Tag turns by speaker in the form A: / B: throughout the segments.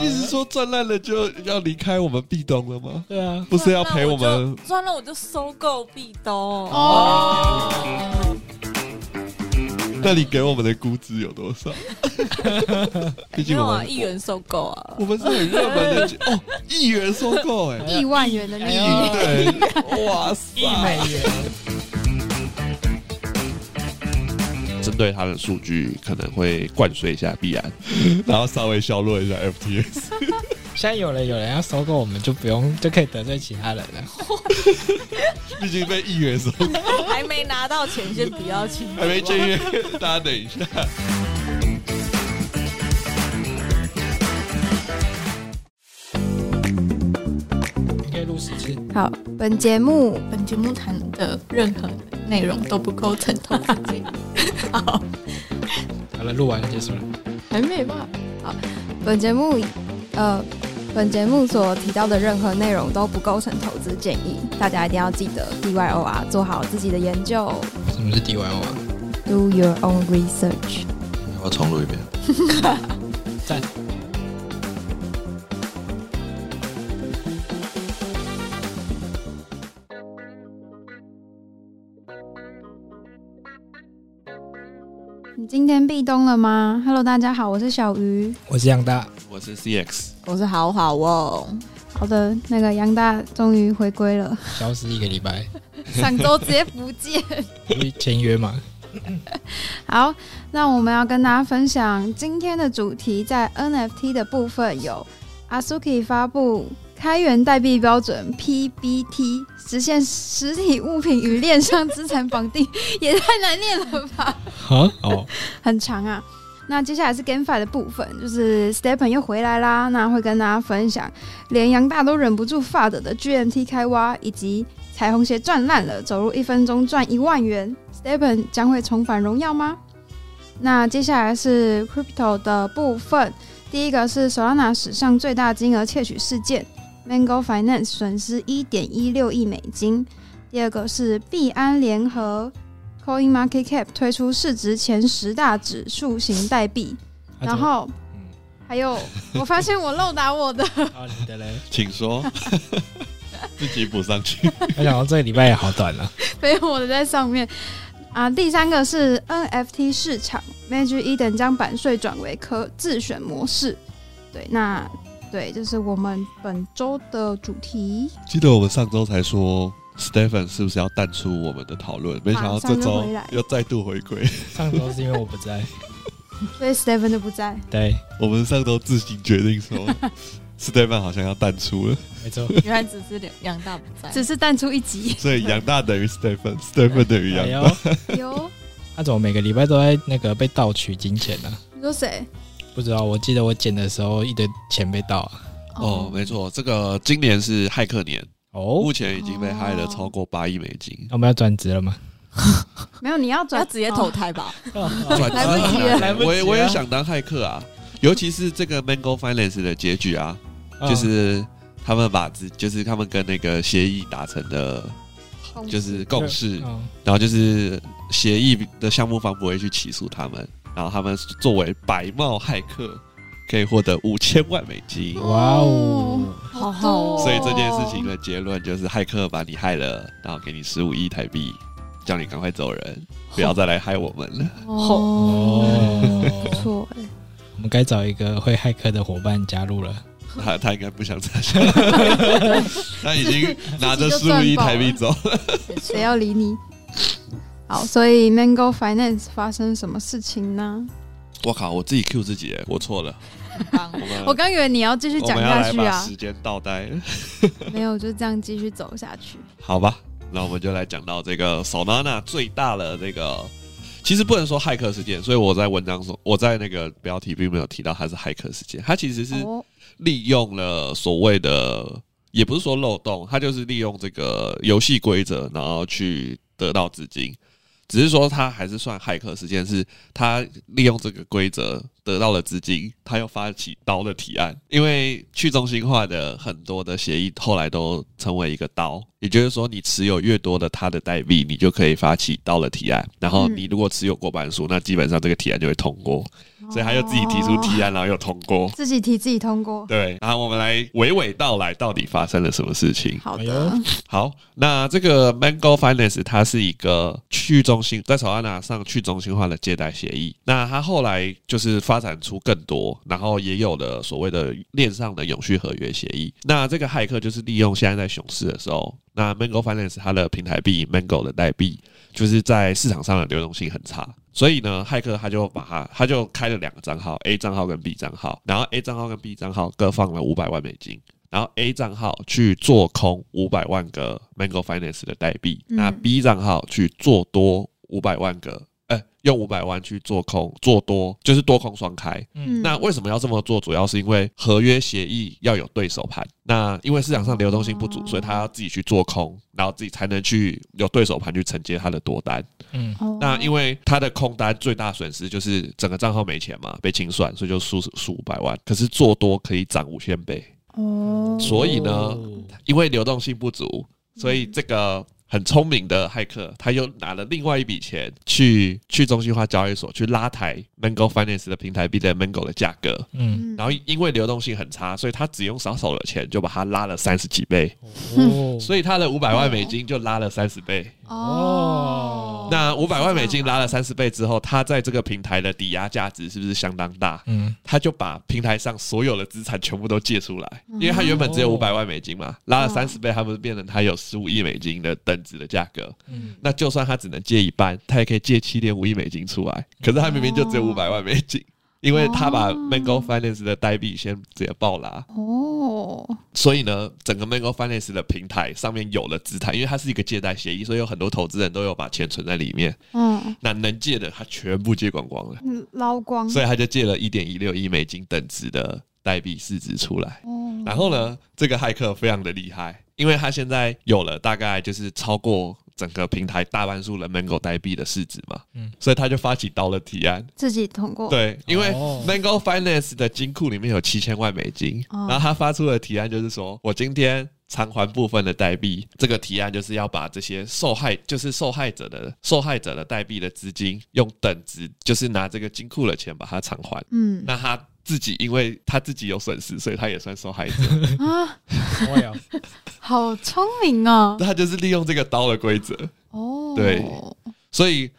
A: 意思说赚烂了就要离开我们壁咚了吗？
B: 对啊，
A: 不是要陪我们？
C: 算了，我就收购壁咚。
B: 哦，
A: 那你给我们的估值有多少？毕
C: 没
A: 竟
C: 有
A: 我
C: 啊，
A: 们
C: 一元收购啊
A: 我，们是很热门的哦，一元收购哎、
D: 亿万元的利
B: 哎
D: 益
B: 呦，
A: 对，哇
B: 一
A: 塞！
B: 美元，
A: 针对他的数据可能会灌水一下必然， 然后稍微削弱一下 FTS。
B: 现在有了有人要收购我们，就不用就可以得罪其他人了。
A: 毕竟被一元收购，
C: 还没拿到钱先不要请，
A: 还没签约，大家等一下。
B: 你可以录十次，
D: 好，本节目
E: 本节目谈的任何内容都不构成投资建议。好，
B: 好了，录完就结束了。
E: 还没吧？
D: 本节目呃，本节目所提到的任何内容都不构成投资建议，大家一定要记得 D Y O R 做好自己的研究
B: 什么是 DIY 王？
D: ，Do your own research。
F: 我要重录一遍。
B: 赞。
D: 你今天壁咚了吗？Hello，大家好，我是小鱼。
B: 我是杨大，
A: 我是 CX，
C: 我是好好哦，
D: 好的，那个杨大终于回归 了，
B: 消失一个礼拜，
D: 上周直接不见。
B: 因为签约嘛。
D: 好，那我们要跟大家分享今天的主题，在 NFT 的部分有 Asuki 发布开源代币标准 PBT，实现实体物品与链上资产绑定， 也太难念了吧，
B: 啊哦，
D: 很长啊。那接下来是 GameFi 的部分，就是 Stepen 又回来啦，那会跟大家分享连杨大都忍不住发的的 GMT 开挖，以及彩虹鞋赚烂了，走路一分钟赚一万元，Stepen 将会重返荣耀吗？那接下来是 Crypto 的部分，第一个是 Solana 史上最大金额窃取事件，Mango Finance 损失一点一六亿美金；第二个是币安联合 Coin Market Cap 推出市值前十大指数型代币，
B: 啊
D: 然后
B: 嗯
D: 还有我发现我漏打我的，
B: 怎么啊你的嘞？
A: 请 说，自己补上去。
B: 我想到这个礼拜也好短啊了。
D: 没有我的在上面。啊，第三个是 NFT 市场，Magic Eden 将版税转为可自选模式。对，那对，就是我们本周的主题，
A: 记得我们上周才说 Stephen 是不是要淡出我们的讨论，没想到这
D: 马上就
A: 周
D: 回来
A: 又再度回归。
B: 上周是因为我不在，
D: 所以 Steven 就不在。
B: 对，
A: 我们上周自行决定 说，Stephen 好像要淡出了，
B: 没错，
C: 原来只是两杨大不在，
D: 只是淡出一集
A: 所以杨大等于 Stephen，Stephen 等于
B: 哎
A: 杨
B: 呦
A: 大。，
D: 有，
B: 他怎么每个礼拜都在那个被盗取金钱呢、啊
D: 你说谁？
B: 不知道，我记得我捡的时候一堆钱被盗啊。
A: 哦，没错，这个今年是骇客年，
B: 哦
A: 目，前已经被害了超过八亿美金，
B: 那我们要转职了吗？
D: 没有，你要转
C: 要直接投胎吧？
A: 转
D: 来不及了
B: 哦来不及了
A: 我也我也想当骇客啊，尤其是这个 Mango Finance 的结局啊，
B: 哦
A: 就是他们把自就是他们跟那个协议达成的，
D: 哦
A: 就是共识，
B: 嗯
A: 然后就是协议的项目方不会去起诉他们，然后他们作为白帽骇客可以获得五千万美金。
B: 哇哦，
C: 好好
D: 多
C: 哦
A: 所以这件事情的结论就是骇客把你害了，然后给你十五亿台币，叫你赶快走人，不要再来害我们了。
B: 哦，
D: 不错哎，
B: 我们该找一个会骇客的伙伴加入了。
A: 他他应该不想再 下，他已经拿着
D: 自
A: 十
D: 己就
A: 五
D: 赚
A: 亿
D: 爆了
A: 台币走。
D: 谁要理你？好，所以 Mango Finance 发生什么事情呢？
A: 我靠，我自己 Q 自己耶，我错了。
C: 棒
A: 我们
D: 我刚以为你要继续
A: 我
D: 讲
A: 们要
D: 下
A: 来
D: 去
A: 把
D: 啊，
A: 时间倒带，
D: 没有，就这样继续走下去。
A: 好吧？那我们就来讲到这个 Solana 最大的这个。其实不能说骇客事件，所以我在文章中，我在那个标题并没有提到它是骇客事件，它其实是
D: 哦，
A: 利用了所谓的，也不是说漏洞，它就是利用这个游戏规则，然后去得到资金。只是说它还是算骇客事件，是它利用这个规则得到了资金，他又发起刀的提案，因为去中心化的很多的协议后来都成为一个刀，也就是说，你持有越多的它的代币，你就可以发起刀的提案。然后
D: 嗯
A: 你如果持有过半数，那基本上这个提案就会通过。所以他就自己提出提案，然后又通过。
D: 自己提自己通过。
A: 对，然后我们来娓娓道来，到底发生了什么事情。
D: 好
B: 哎
D: 的
B: 呦，
A: 好，那这个 Mango Finance 它是一个去中心在 Solana 上去中心化的借贷协议。那它后来就是发展出更多，然后也有了所谓的链上的永续合约协议。那这个骇客就是利用现在在熊市的时候，那 Mango Finance 它的平台币 Mango 的代币就是在市场上的流动性很差，所以呢，骇客他就把它，他就开了两个账号，A 账号跟 B 账号，然后 A 账号跟 B 账号各放了五百万美金。然后 A 账号去做空五百万个 Mango Finance 的代币，
D: 嗯
A: 那 B 账号去做多五百万个，呃，用五百万去做空，做多就是多空双开。
D: 嗯
A: 那为什么要这么做？主要是因为合约协议要有对手盘。那因为市场上流动性不
D: 哦
A: 足，所以他要自己去做空，然后自己才能去有对手盘去承接他的多单。
B: 嗯，
D: 哦
A: 那因为他的空单最大损失就是整个账号没钱嘛，被清算，所以就输输五百万。可是做多可以涨五千倍，
D: 哦，
A: 所以呢，因为流动性不足，
B: 嗯
A: 所以这个很聪明的骇客，他又拿了另外一笔钱去去中心化交易所去拉抬 Mango Finance 的平台币的 Mango 的价格，
B: 嗯，
D: 嗯
A: 然后因为流动性很差，所以他只用少少的钱就把它拉了三十几倍，
B: 哦，
A: 所以他的五百万美金就拉了三十倍。
B: 哦
A: 那五百万美金拉了三十倍之后，他在这个平台的抵押价值是不是相当大？
B: 嗯，
A: 他就把平台上所有的资产全部都借出来，因为他原本只有五百万美金嘛，拉了三十倍，他不是变成他有十五亿美金的等值的价格？
B: 嗯
A: 那就算他只能借一半，他也可以借七点五亿美金出来，可是他明明就只有五百万美金。因为他把
D: 哦
A: Mango Finance 的代币先直接爆拉，
D: 哦，
A: 所以呢，整个 Mango Finance 的平台上面有了资产，因为它是一个借贷协议，所以有很多投资人都有把钱存在里面。
D: 嗯，
A: 那能借的他全部借光光了，
D: 嗯捞光，
A: 所以他就借了一点一六亿美金等值的代币市值出来。
D: 哦，
A: 然后呢，这个骇客非常的厉害，因为他现在有了大概就是超过整个平台大半数人 Mango 代币的市值嘛，
B: 嗯
A: 所以他就发起刀了提案。
D: 自己通过，，
A: 对，因为
B: 哦
A: Mango Finance 的金库里面有七千万美金，
D: 哦
A: 然后他发出的提案就是说，我今天偿还部分的代币，这个提案就是要把这些受害，就是受害者的受害者的代币的资金，用等值，就是拿这个金库的钱把它偿还。
D: 嗯
A: 那他自己因为他自己有损失，所以他也算受害者。
D: 啊，
B: 我有，
D: 好聪明 啊，
A: 他就是利用这个刀的规则，
D: 哦，
A: 对所以。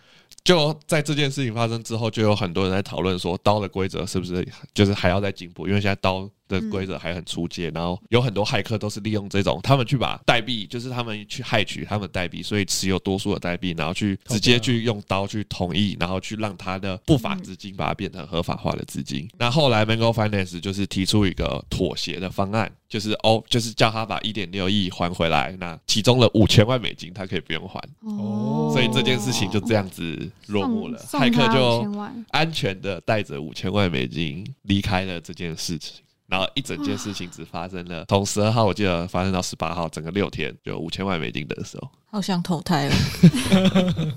A: 就在这件事情发生之后，就有很多人在讨论说，刀的规则是不是就是还要再进步？因为现在刀的规则还很出界，然后有很多骇客都是利用这种，他们去把代币，就是他们去害取他们的代币，所以持有多数的代币，然后去直接去用刀去同意，然后去让他的不法资金把它变成合法化的资金。那后来 Mango Finance 就是提出一个妥协的方案，就是哦，就是叫他把一点六亿还回来，那其中的五千万美金他可以不用还。
D: 哦，
A: 所以这件事情就这样子落幕了。
D: 送
A: 骇客
D: 送他5000
A: 就
D: 万
A: 安全的带着五千万美金离开了这件事情，然后一整件事情只发生了从十二号我记得发生到十八号，整个六天就五千万美金的时候。
C: 好想投胎哦。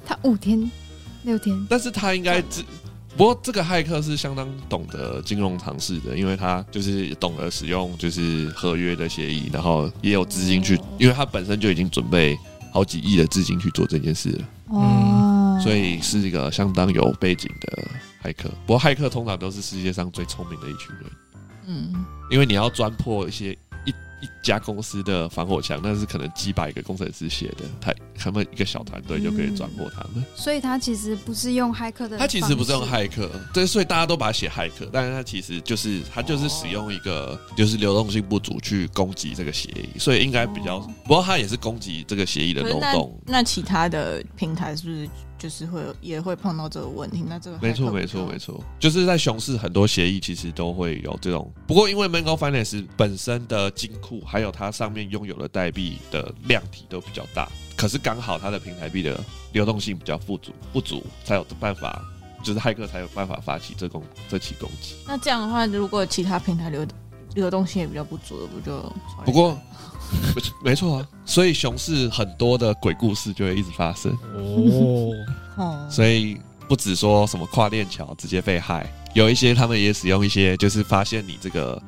D: 他五天六天，
A: 但是他应该知，不过这个骇客是相当懂得金融常识的，因为他就是懂得使用就是合约的协议，然后也有资金去，因为他本身就已经准备好几亿的资金去做这件事了。
B: 嗯
D: 哦，
A: 所以是一个相当有背景的骇客。不过骇客通常都是世界上最聪明的一群人，
C: 嗯，
A: 因为你要钻破一些一一家公司的防火墙，那是可能几百个工程师写的，他他们一个小团队就可以钻破他们。
D: 所以他其实不是用骇客的，
A: 他其实不是用，骇客，对，所以大家都把它写骇客，但是他其实就是他就是使用一个就是流动性不足去攻击这个协议，所以应该比较，
D: 哦
A: 不过他也是攻击这个协议的
E: 可是
A: 漏
E: 那
A: 洞。
E: 那其他的平台是不是就是会有也会碰到这个问题？那这个
A: 没错，没错，没错，就是在熊市很多协议其实都会有这种，不过因为 Mango Finance 本身的金库还有它上面拥有的代币的量体都比较大，可是刚好它的平台币的流动性比较不足，不足才有办法，就是骇客才有办法发起这攻这起攻击。
E: 那这样的话，如果其他平台流流动性也比较不足的，不就
A: 不过没错没错啊，所以熊市很多的鬼故事就会一直发生，
B: 哦，
E: 哦，
A: 所以不止说什么跨链桥直接被害，有一些他们也使用一些，就是发现你这个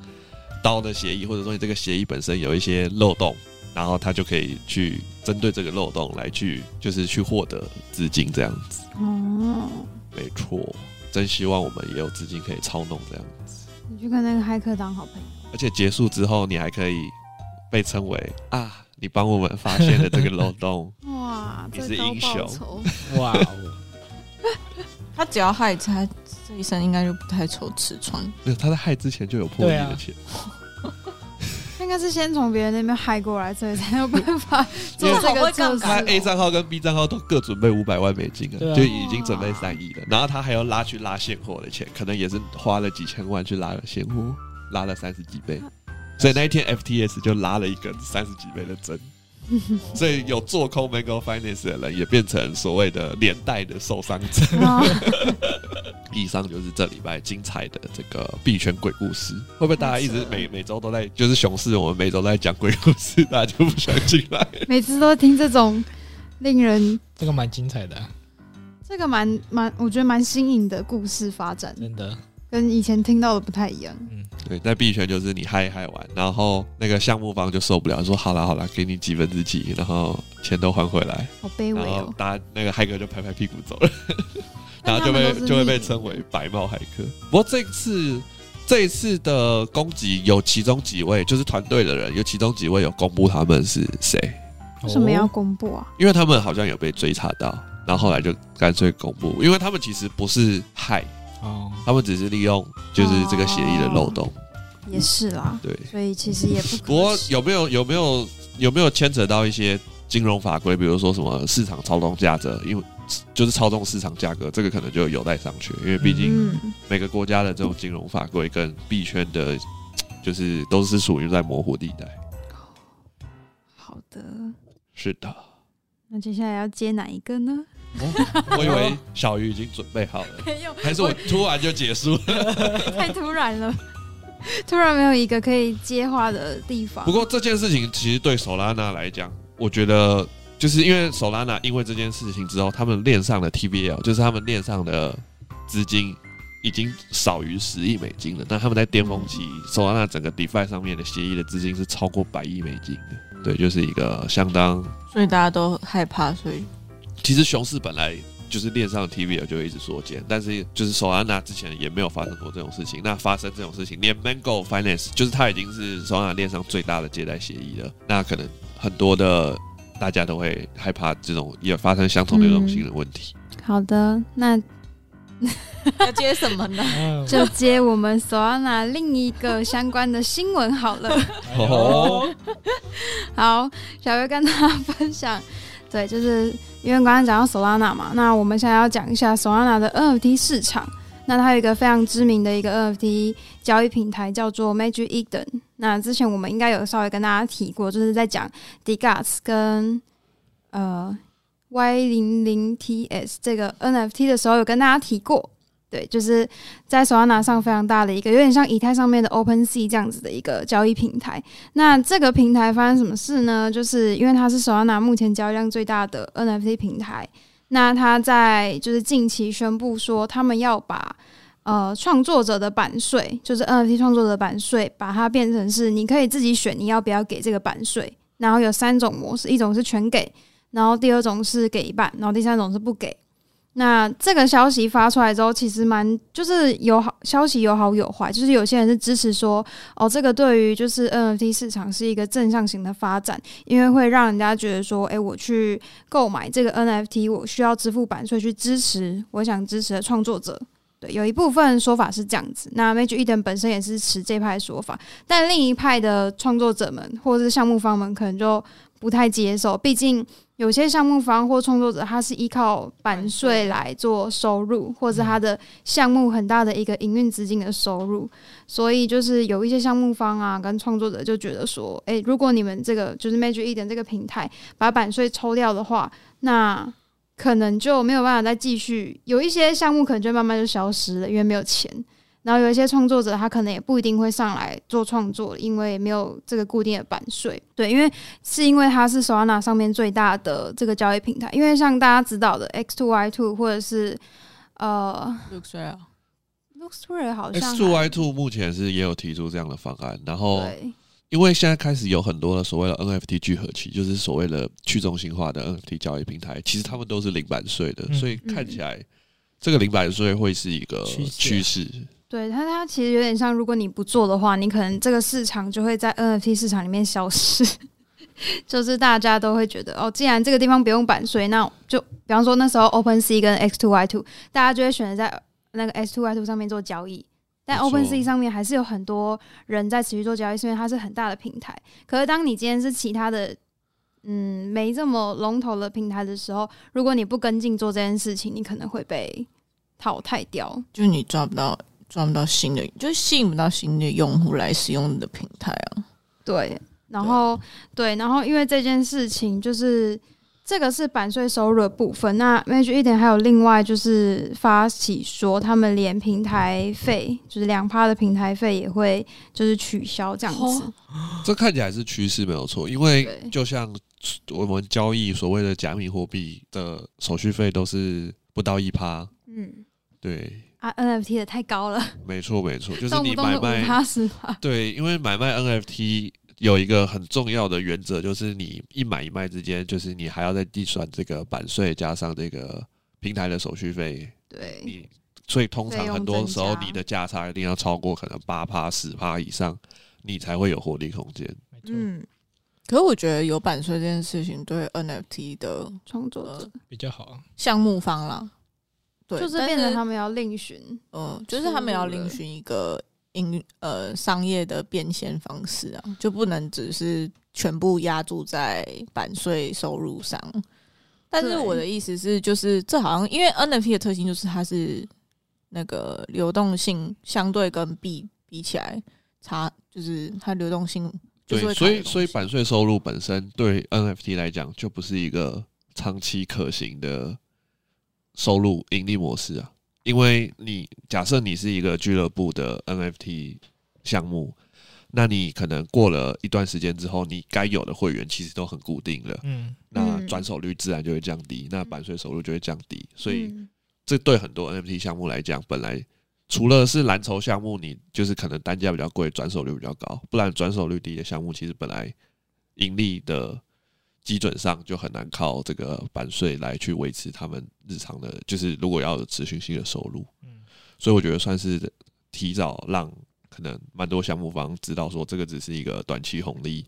A: 刀的协议，或者说你这个协议本身有一些漏洞，然后他就可以去针对这个漏洞来去，就是去获得资金这样子。
D: 哦，
A: 没错，真希望我们也有资金可以操弄这样。
D: 你去跟那个骇客当好朋友，
A: 而且结束之后，你还可以被称为啊，你帮我们发现了这个漏洞。
D: 哇，
A: 你
D: 这
A: 是
D: 高
A: 英
D: 报
A: 雄
D: 酬，
B: 哇哦，
E: 他只要害他这一生应该就不太愁吃穿。
A: 没有，他在害之前就有破亿
B: 对啊
A: 的钱，
D: 他应该是先从别人那边害过来，所以才有办法做
E: 因为
D: 这
E: 好会
D: 个
E: 杠
D: 测
E: 杆
A: 他
E: 哦
D: 试。
A: A 账号跟 B 账号都各准备五百万美金
B: 对
A: 了，
B: 啊
A: 就已经准备三亿了。然后他还要拉去拉现货的钱，可能也是花了几千万去拉了现货，拉了三十几倍。所以那一天 FTS 就拉了一根三十几倍的针，所以有做空 Mango Finance 的人也变成所谓的连带的受伤者。
D: 啊
A: 以上就是这礼拜精彩的这个币圈鬼故事。会不会大家一直每每周都在就是熊市，我们每周都在讲鬼故事，大家就不想进来？
D: 每次都听这种令人
B: 这个蛮精彩的啊，
D: 这个蛮蛮，我觉得蛮新颖的故事发展，
A: 嗯
B: 真的。
D: 跟以前听到的不太一样。
A: 对，在币圈就是你嗨一嗨完，然后那个项目方就受不了，说好啦好啦，给你几分之几，然后钱都还回来，
D: 好卑微
A: 然后
D: 哦！
A: 大家那个骇客就拍拍屁股走了， 然
D: 但
A: 后
D: 他
A: 就
D: 们
A: 被
D: 都是
A: 就会
D: 匿
A: 被
D: 名
A: 称为白帽骇客。不过这次。这一次的攻击有其中几位，就是团队的人，有其中几位有公布他们是谁，
D: 为什么要
B: 哦？
D: 公布啊？
A: 因为他们好像有被追查到，然后后来就干脆公布，因为他们其实不是害，
B: 哦，
A: 他们只是利用就是这个协议的漏洞，
D: 哦也是啦，
A: 对。
D: 所以其实也不
A: 哦
D: 可
A: 不过
D: 耻
A: 有没有有没有有没有牵扯到一些金融法规，比如说什么市场操纵价格，因为就是操纵市场价格，这个可能就有待商榷，因为毕竟
D: 嗯，
A: 每个国家的这种金融法规跟币圈的，就是都是属于在模糊地带。
D: 好的，
A: 是的，
D: 那接下来要接哪一个呢？
A: 我以为小鱼已经准备好了，
D: 没有，
A: 还是我突然就结束了。
D: 太突然了，突然没有一个可以接话的地方。
A: 不过这件事情其实对 Solana 来讲，我觉得就是因为 Solana 因为这件事情之后，他们链上的 TVL 就是他们链上的资金已经少于十亿美金了。但他们在巅峰期，Solana 整个 DeFi 上面的协议的资金是超过百亿美金的。对，就是一个相当。
E: 所以大家都害怕，所以
A: 其实熊市本来就是链上的 TVL 就会一直缩减，但是就是 Solana 之前也没有发生过这种事情。那发生这种事情，连 Mango Finance 就是它已经是 Solana 链上最大的借贷协议了，那可能很多的大家都会害怕这种也发生相同流动性的问题。
D: 好的，那
E: 要接什么 呢？
B: 嗯
D: 就接我们 Solana 另一个相关的新闻好了。
B: 哎呦
A: 哦
D: 好，小月跟大家分享，对，就是因为刚刚讲到 Solana 嘛，那我们现在要讲一下 Solana 的 NFT 市场。那它有一个非常知名的一个 NFT 交易平台叫做 Magic Eden。那之前我们应该有稍微跟大家提过，就是在讲 Dgas 跟呃 Y 零零 TS 这个 NFT 的时候，有跟大家提过。对，就是在 Solana 上非常大的一个，有点像以太上面的 OpenSea 这样子的一个交易平台。那这个平台发生什么事呢？就是因为它是 Solana 目前交易量最大的 NFT 平台，那它在就是近期宣布说，他们要把呃创作者的版税，就是 NFT 创作者的版税，把它变成是你可以自己选你要不要给这个版税，然后有三种模式，一种是全给，然后第二种是给一半，然后第三种是不给。那这个消息发出来之后，其实蛮就是有好消息有好有坏，就是有些人是支持说，哦，这个对于就是 NFT 市场是一个正向型的发展，因为会让人家觉得说，诶，我去购买这个 NFT，我需要支付版税去支持我想支持的创作者。对，有一部分说法是这样子。那 Magic Eden 本身也是持这派说法，但另一派的创作者们或者是项目方们可能就不太接受，毕竟有些项目方或创作者他是依靠版税嗯来做收入，或者他的项目很大的一个营运资金的收入。所以就是有一些项目方啊，跟创作者就觉得说，诶，如果你们这个就是 Magic Eden 这个平台把版税抽掉的话，那可能就没有办法再继续，有一些项目可能就慢慢就消失了，因为没有钱。然后有一些创作者，他可能也不一定会上来做创作，因为没有这个固定的版税。对，因为是因为它是 Solana 上面最大的这个交易平台，因为像大家知道的 X2Y2 或者是呃
E: 六岁啊，
D: l X-Ray 好像
A: X two
D: 还
A: Y two 哦目前是也有提出这样的方案，然后
D: 对，
A: 因为现在开始有很多的所谓的 NFT 聚合器，就是所谓的去中心化的 NFT 交易平台，其实他们都是零版税的，
B: 嗯
A: 所以看起来这个零版税会是一个
B: 趋势啊
A: 趋势。
D: 对它它其实有点像，如果你不做的话，你可能这个市场就会在 NFT 市场里面消失。 就是大家都会觉得哦，既然这个地方不用版税，那就比方说那时候 OpenSea 跟 X2Y2，大家就会选择在那个 X2Y2 上面做交易。但
A: 没错
D: OpenSea 上面还是有很多人在持续做交易，是因为它是很大的平台。可是当你今天是其他的，嗯，没这么龙头的平台的时候，如果你不跟进做这件事情，你可能会被淘汰掉。
E: 就你抓不到抓不到新的，就吸引不到新的用户来使用你的平台啊。
D: 对，然后对，然后因为这件事情，就是这个是版税收入的部分。那 Magic 一点还有另外就是发起说，他们连平台费，就是两趴的平台费也会就是取消这样子。
E: 哦
A: 这看起来是趋势没有错，因为
D: 对
A: 就像我们交易所谓的加密货币的手续费都是不到一趴，
D: 嗯，
A: 对，
D: 啊，NFT 的太高了，
A: 没错没错，就是
D: 动
A: 你
D: 不
A: 买
D: 动就
A: 卖
D: 五趴十趴。
A: 对，因为买卖 NFT 有一个很重要的原则，就是你一买一卖之间，就是你还要再计算这个版税加上这个平台的手续费，
D: 对，
A: 你所以通常
D: 嗯费用
A: 很多时候
D: 增加
A: 你的价差一定要超过可能八趴十趴以上，你才会有获利空间。
B: 没错，
E: 嗯，可是我觉得有版税这件事情对 NFT 的
D: 创作者
E: 呃
B: 比较好。
E: 项目方啦，对，
D: 就是
E: 但
D: 变成他们要另寻。
E: 嗯，就是他们要
D: 出了
E: 另寻一个营呃商业的变现方式啊，
D: 嗯
E: 就不能只是全部压注在版税收入上。但是
D: 对
E: 我的意思是，就是这好像因为 NFT 的特性就是它是那个流动性相对跟币比起来差，就是它流动性就是
A: 对，
E: 会
A: 所
E: 考虑
A: 以
E: 的
A: 所以
E: 东西
A: 版税收入本身对 NFT 来讲就不是一个长期可行的收入盈利模式啊，因为你假设你是一个俱乐部的 NFT 项目，那你可能过了一段时间之后，你该有的会员其实都很固定了，
B: 嗯，
A: 那
D: 嗯
A: 转手率自然就会降低，那版税收入就会降低，所以
D: 嗯
A: 这对很多 NFT 项目来讲，本来除了是蓝筹项目，你就是可能单价比较贵，转手率比较高，不然转手率低的项目，其实本来盈利的基准上就很难靠这个版税来去维持他们日常的，就是如果要有持续性的收入，
B: 嗯
A: 所以我觉得算是提早让可能蛮多项目方知道说这个只是一个短期红利，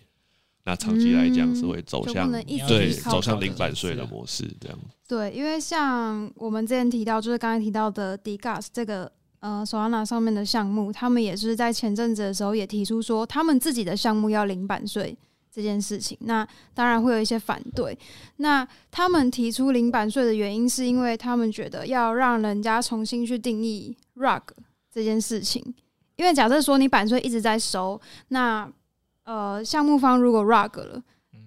A: 那长期来讲是会走
D: 就
A: 向
D: 嗯不能一直
A: 对
D: 依靠
A: 走向
D: 这
A: 零
D: 个
A: 版税的模式这样。
D: 对，因为像我们之前提到，就是刚才提到的 Dgas 这个呃 Solana 上面的项目，他们也是在前阵子的时候也提出说，他们自己的项目要零版税这件事情。那当然会有一些反对。那他们提出零版税的原因，是因为他们觉得要让人家重新去定义 rug 这件事情。因为假设说你版税一直在收，那呃项目方如果 rug 了，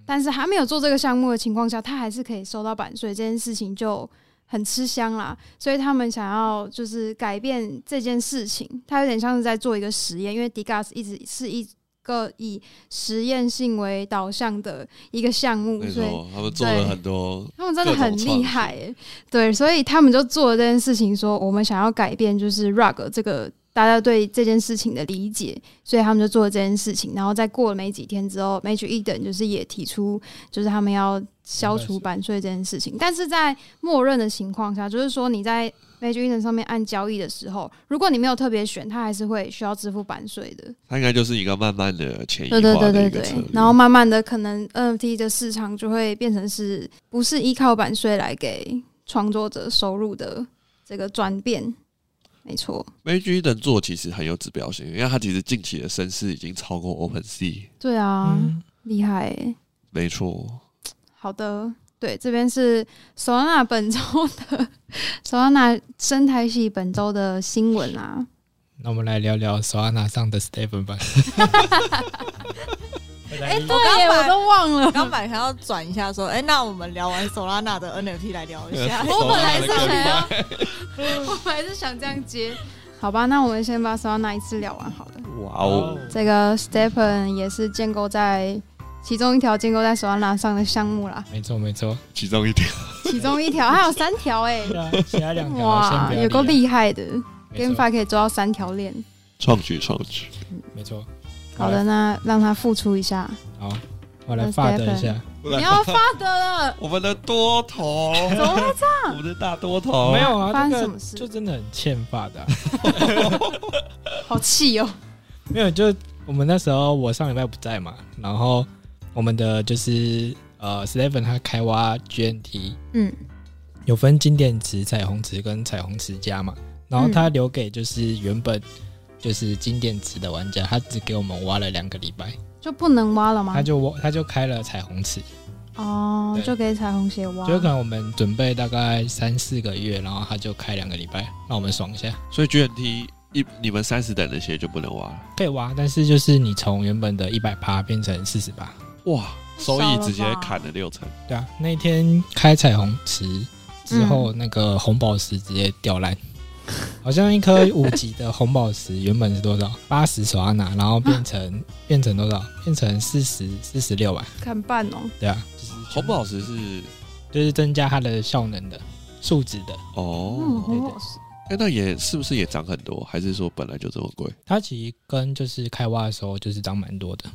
D: 但是还没有做这个项目的情况下，他还是可以收到版税，这件事情就很吃香啦。所以他们想要就是改变这件事情，它有点像是在做一个实验，因为 Digas 一直是一个以实验性为导向的一个项目
A: 没，
D: 所以
A: 错，他们做了
D: 对
A: 很多
D: 他们真的很厉害、欸，对，所以他们就做了这件事情，说我们想要改变就是 rug 这个大家对这件事情的理解，所以他们就做了这件事情。然后在过了没几天之后，Magic Eden 就是也提出，就是他们要消除版税这件事情，但是在默认的情况下，就是说你在 Magic Eden 上面按交易的时候，如果你没有特别选，它还是会需要支付版税的。
A: 它应该就是一个慢慢的潜移化
D: 对对对
A: 的一
D: 对
A: 个策
D: 对
A: 略，
D: 然后慢慢的，可能呃 NFT 的市场就会变成是不是依靠版税来给创作者收入的这个转变，没错，
A: Magic Eden 做其实很有指标性，因为它其实近期的声势已经超过 Open Sea，
D: 对啊，厉害欸、
A: 没错。。
D: 好的，对，这边是 Solana 本周的 Solana 生态系本周的新闻啊，
B: 那我们来聊聊 Solana 上的 Steven 吧。哎，
E: 我刚本
D: 耶
E: 来
D: 我都忘了，
E: 刚本来还要转一下说，哎、那我们聊完 Solana 的 NFT 来聊一下
D: 我本来是想要，我本来是想这样接，好吧，那我们先把 Solana 一次聊完好了。
A: 哇哦，
D: 这个 Stepen 也是建构在其中一条建构在 Solana 上的项目 啦，
B: 没错没错，
A: 其中一条
D: 其中一条还有三条哎、
B: 对啊，其他两条
D: 哇，
B: 先不要
D: 有够
B: 理啊。
D: 厉害的。
B: 没错，
D: GameFi 可以做到三条链。
A: 创举创举。
B: 没错。
D: 好的，那让他付出一下。
B: 好，我来发的一下。
D: 你要啊发 的了，
A: 我们的多头，
D: 怎么会这样？
A: 我们的大多头
B: 没有啊，
D: 发生
B: 这
D: 什
B: 个
D: 么事
B: 就真的很欠发的啊、
D: 好气哦！
B: 没有，就我们那时候我上礼拜不在嘛，然后我们的就是呃 Steven 他开挖 GNT
D: 嗯
B: 有分经典池、彩虹池跟彩虹池加嘛，然后他留给就是原本就是经典池的玩家，他只给我们挖了两个礼拜，
D: 就不能挖了吗
B: 他？就挖他就开了彩虹池，
D: 哦，
B: 对
D: 就给彩虹鞋挖
B: 就。是可能我们准备大概三四个月，然后他就开两个礼拜，让我们爽一下。
A: 所以 GNT 一你们三十等的鞋就不能挖了，
B: 可以挖，但是就是你从原本的一百趴变成四十趴，
A: 哇，
D: 少
A: 收
D: 了吧
A: 益直接砍了六成，
B: 对啊，那一天开彩虹池
A: 嗯
B: 之后，那个红宝石直接掉烂，好像一颗五级的红宝石原本是多少？八十手要拿，然后
A: 啊
B: 变成变成多少？变成四十四十六吧，
D: 看半哦，
B: 对啊，就是
A: 红宝石是
B: 就是增加它的效能的数值的，
D: 嗯，
A: 哦，
D: 红宝
B: 对
D: 石
A: 哎、那也是不是也涨很多？还是说本来就这么贵？
B: 它其实跟就是开挖的时候就是涨蛮多的。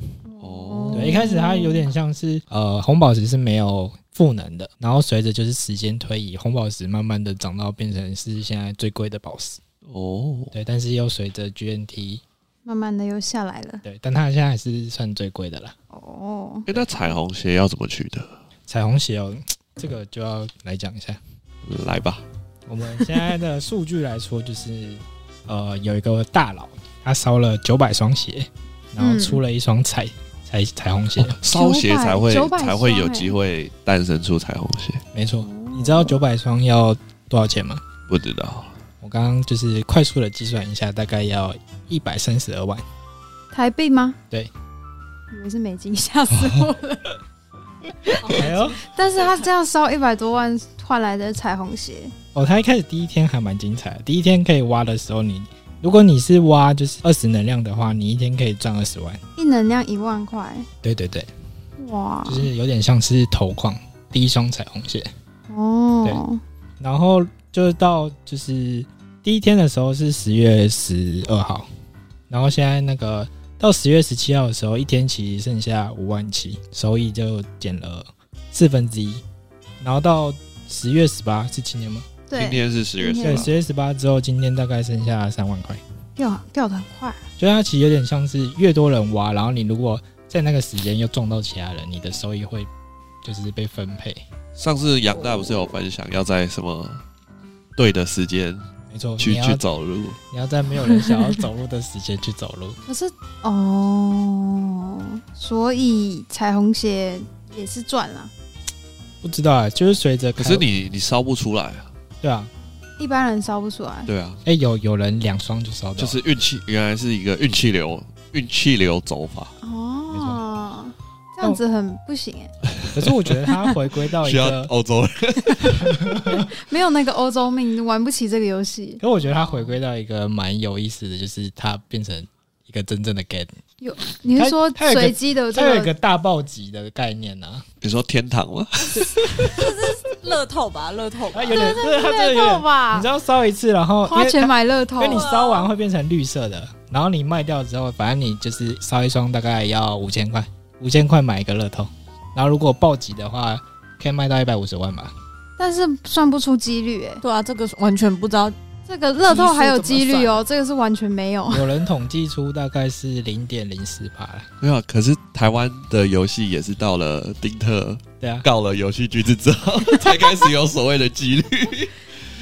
A: 哦
B: 对，一开始它有点像是呃，红宝石是没有赋能的，然后随着就是时间推移，红宝石慢慢的涨到变成是现在最贵的宝石。
A: 哦，
B: 对，但是又随着 GNT，
D: 慢慢的又下来了。
B: 对，但它现在还是算最贵的啦。
D: 哦，
A: 哎、那彩虹鞋要怎么取得？
B: 彩虹鞋哦，这个就要来讲一下。
A: 来吧，
B: 我们现在的数据来说，就是呃，有一个大佬他烧了九百双鞋，然后
D: 嗯
B: 出了一双彩、彩彩虹鞋，
A: 烧鞋才会
D: 900双
A: 才会有
D: 哎
A: 机会诞生出彩虹鞋，
B: 没错。你知道九百双要多少钱吗？
A: 不知道。
B: 我刚刚就是快速的计算一下，大概要一百三十二万。
D: 台币吗？
B: 对，
D: 以为是美金，吓死我 了。
B: 哎呦，
D: 但是他这样烧一百多万换来的彩虹鞋，
B: 哦，他一开始第一天还蛮精彩的，第一天可以挖的时候你，如果你是挖就是二十能量的话，你一天可以赚二十万。
D: 一能量一万块，
B: 对对对，
D: 哇
B: 就！是有点像是投矿第一双彩虹鞋。
D: 哦，
B: 然后就到就是第一天的时候是十月十二号，然后现在那个到十月十七号的时候，一天其实剩下五万七，收益就减了四分之一。然后到十月十八是今天吗？
A: 今
D: 对，
A: 天是十月
D: 今
A: 十
B: 对，
D: 天
A: 八
B: 十，月十八之后，今天大概剩下三万块。
D: 掉掉的很快，
B: 就它其实有点像是越多人挖，然后你如果在那个时间又撞到其他人，你的收益会就是被分配。
A: 上次杨大不是有分享要在什么对的时间
B: 没错，
A: 去
B: 你
A: 去
B: 要
A: 走路？
B: 你要在没有人想要走路的时间去走路。
D: 可是哦，所以彩虹鞋也是赚了。
B: 不知道啊，就是随着
A: 可
B: 开
A: 是你你烧不出来啊？
B: 对啊，
D: 一般人烧不出来，
A: 对啊，
B: 哎、有有人两双就烧掉了，
A: 就是运气，原来是一个运气流运气流走法，
D: 哦，这样子很不行哎，
B: 可是我觉得他回归哦到 一
A: 需要
B: 个，
A: 欧洲人。
D: 没有那个欧洲命玩不起这个游戏。
B: 可我觉得他回归到一个蛮有意思的，就是他变成一个真正的 game，
D: 你是说
B: 它它有一个
D: 随机的这
B: 他有一
D: 个
B: 个大暴击的概念呢、啊，
A: 你说天堂吗？
E: 乐透吧，乐透吧
A: 哎
B: 他有点，对他这个有
D: 乐透
B: 点，你
D: 吧
B: 知？道烧一次，然后
D: 花钱，啊买乐
B: 因
D: 透
B: 为它因为你烧完会变成绿色的，然后你卖掉之后，反正你就是烧一双大概要五千块，五千块买一个乐透，然后如果暴击的话，可以卖到一百五十万吧。
D: 但是算不出几率哎，
E: 对啊，这个完全不知道，
D: 这个乐透还有几率哦，这个是完全没有。
B: 有人统计出大概是零点零四趴了，
A: 没有啊，可是台湾的游戏也是到了丁特
B: 对啊，
A: 告了游戏局之后， 才开始有所谓的几率。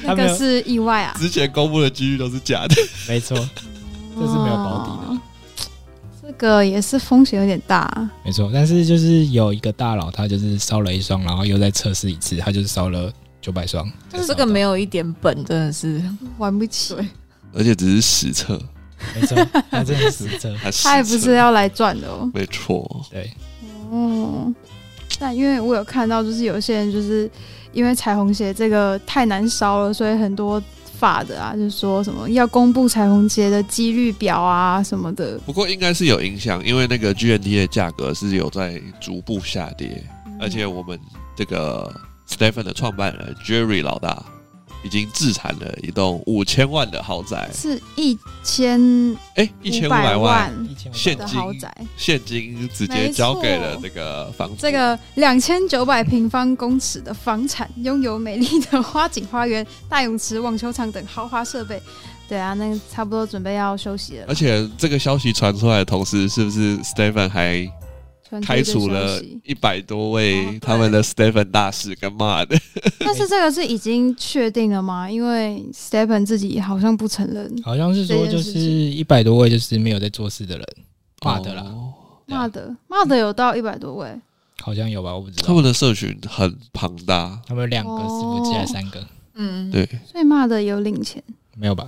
D: 那
B: 他没
D: 个
B: 有
D: 是意外啊，
A: 之前公布的几率都是假的。
B: 没错，这是没有保底的，
D: 哦这个也是风险有点大啊。
B: 没错。但是就是有一个大佬，他就是烧了一双，然后又再测试一次，他就是烧了九百双。
E: 这个没有一点本，真的是
D: 玩不起，
A: 而且只是实测，
B: 没 错，他真的是这
A: 还实测
D: 他也不是要来赚的哦。
A: 没错，
B: 对，
D: 哦，但因为我有看到，就是有些人就是因为彩虹鞋这个太难烧了，所以很多法的啊，就是说什么要公布彩虹鞋的几率表啊什么的。
A: 不过应该是有影响，因为那个 GNT 的价格是有在逐步下
D: 嗯
A: 跌，而且我们这个 Stephen 的创办人 Jerry 老大已经自产了一栋五千万的豪宅，
D: 是一千
A: 哎，一千五百
D: 百
A: 万
B: 一千五
A: 现
D: 的
A: 金
D: 豪宅，
A: 现金直接交给了这个房子，
D: 这个两千九百平方公尺的房产，拥有美丽的花景花园、大泳池、网球场等豪华设备。对啊，那差不多准备要休息了
A: 而，且这个消息传出来的同时，是不是 Stephen 还
D: 传出
A: 开
D: 一个
A: 除
D: 消
A: 了
D: 息
A: 一百多
E: 哦
A: 位
E: 对
A: 他们
D: 嗯
A: 的 Stephen 大使跟骂的？
D: 但是这个是已经确定了吗？因为 Stephen 自己好像不承认
B: 好像是说
D: 这件
B: 就
D: 事
B: 是一百多位就是没有在做事的人骂的啦，
A: 哦
B: 对啊
D: 骂的，骂的有到一百多位，
B: 好像有吧？我不知
A: 他
B: 道，
A: 们的社群很庞大，
B: 他们有两个
D: 哦
B: 是不是还是三个？
E: 嗯，
A: 对，
D: 所以骂的有领钱，
B: 没有吧？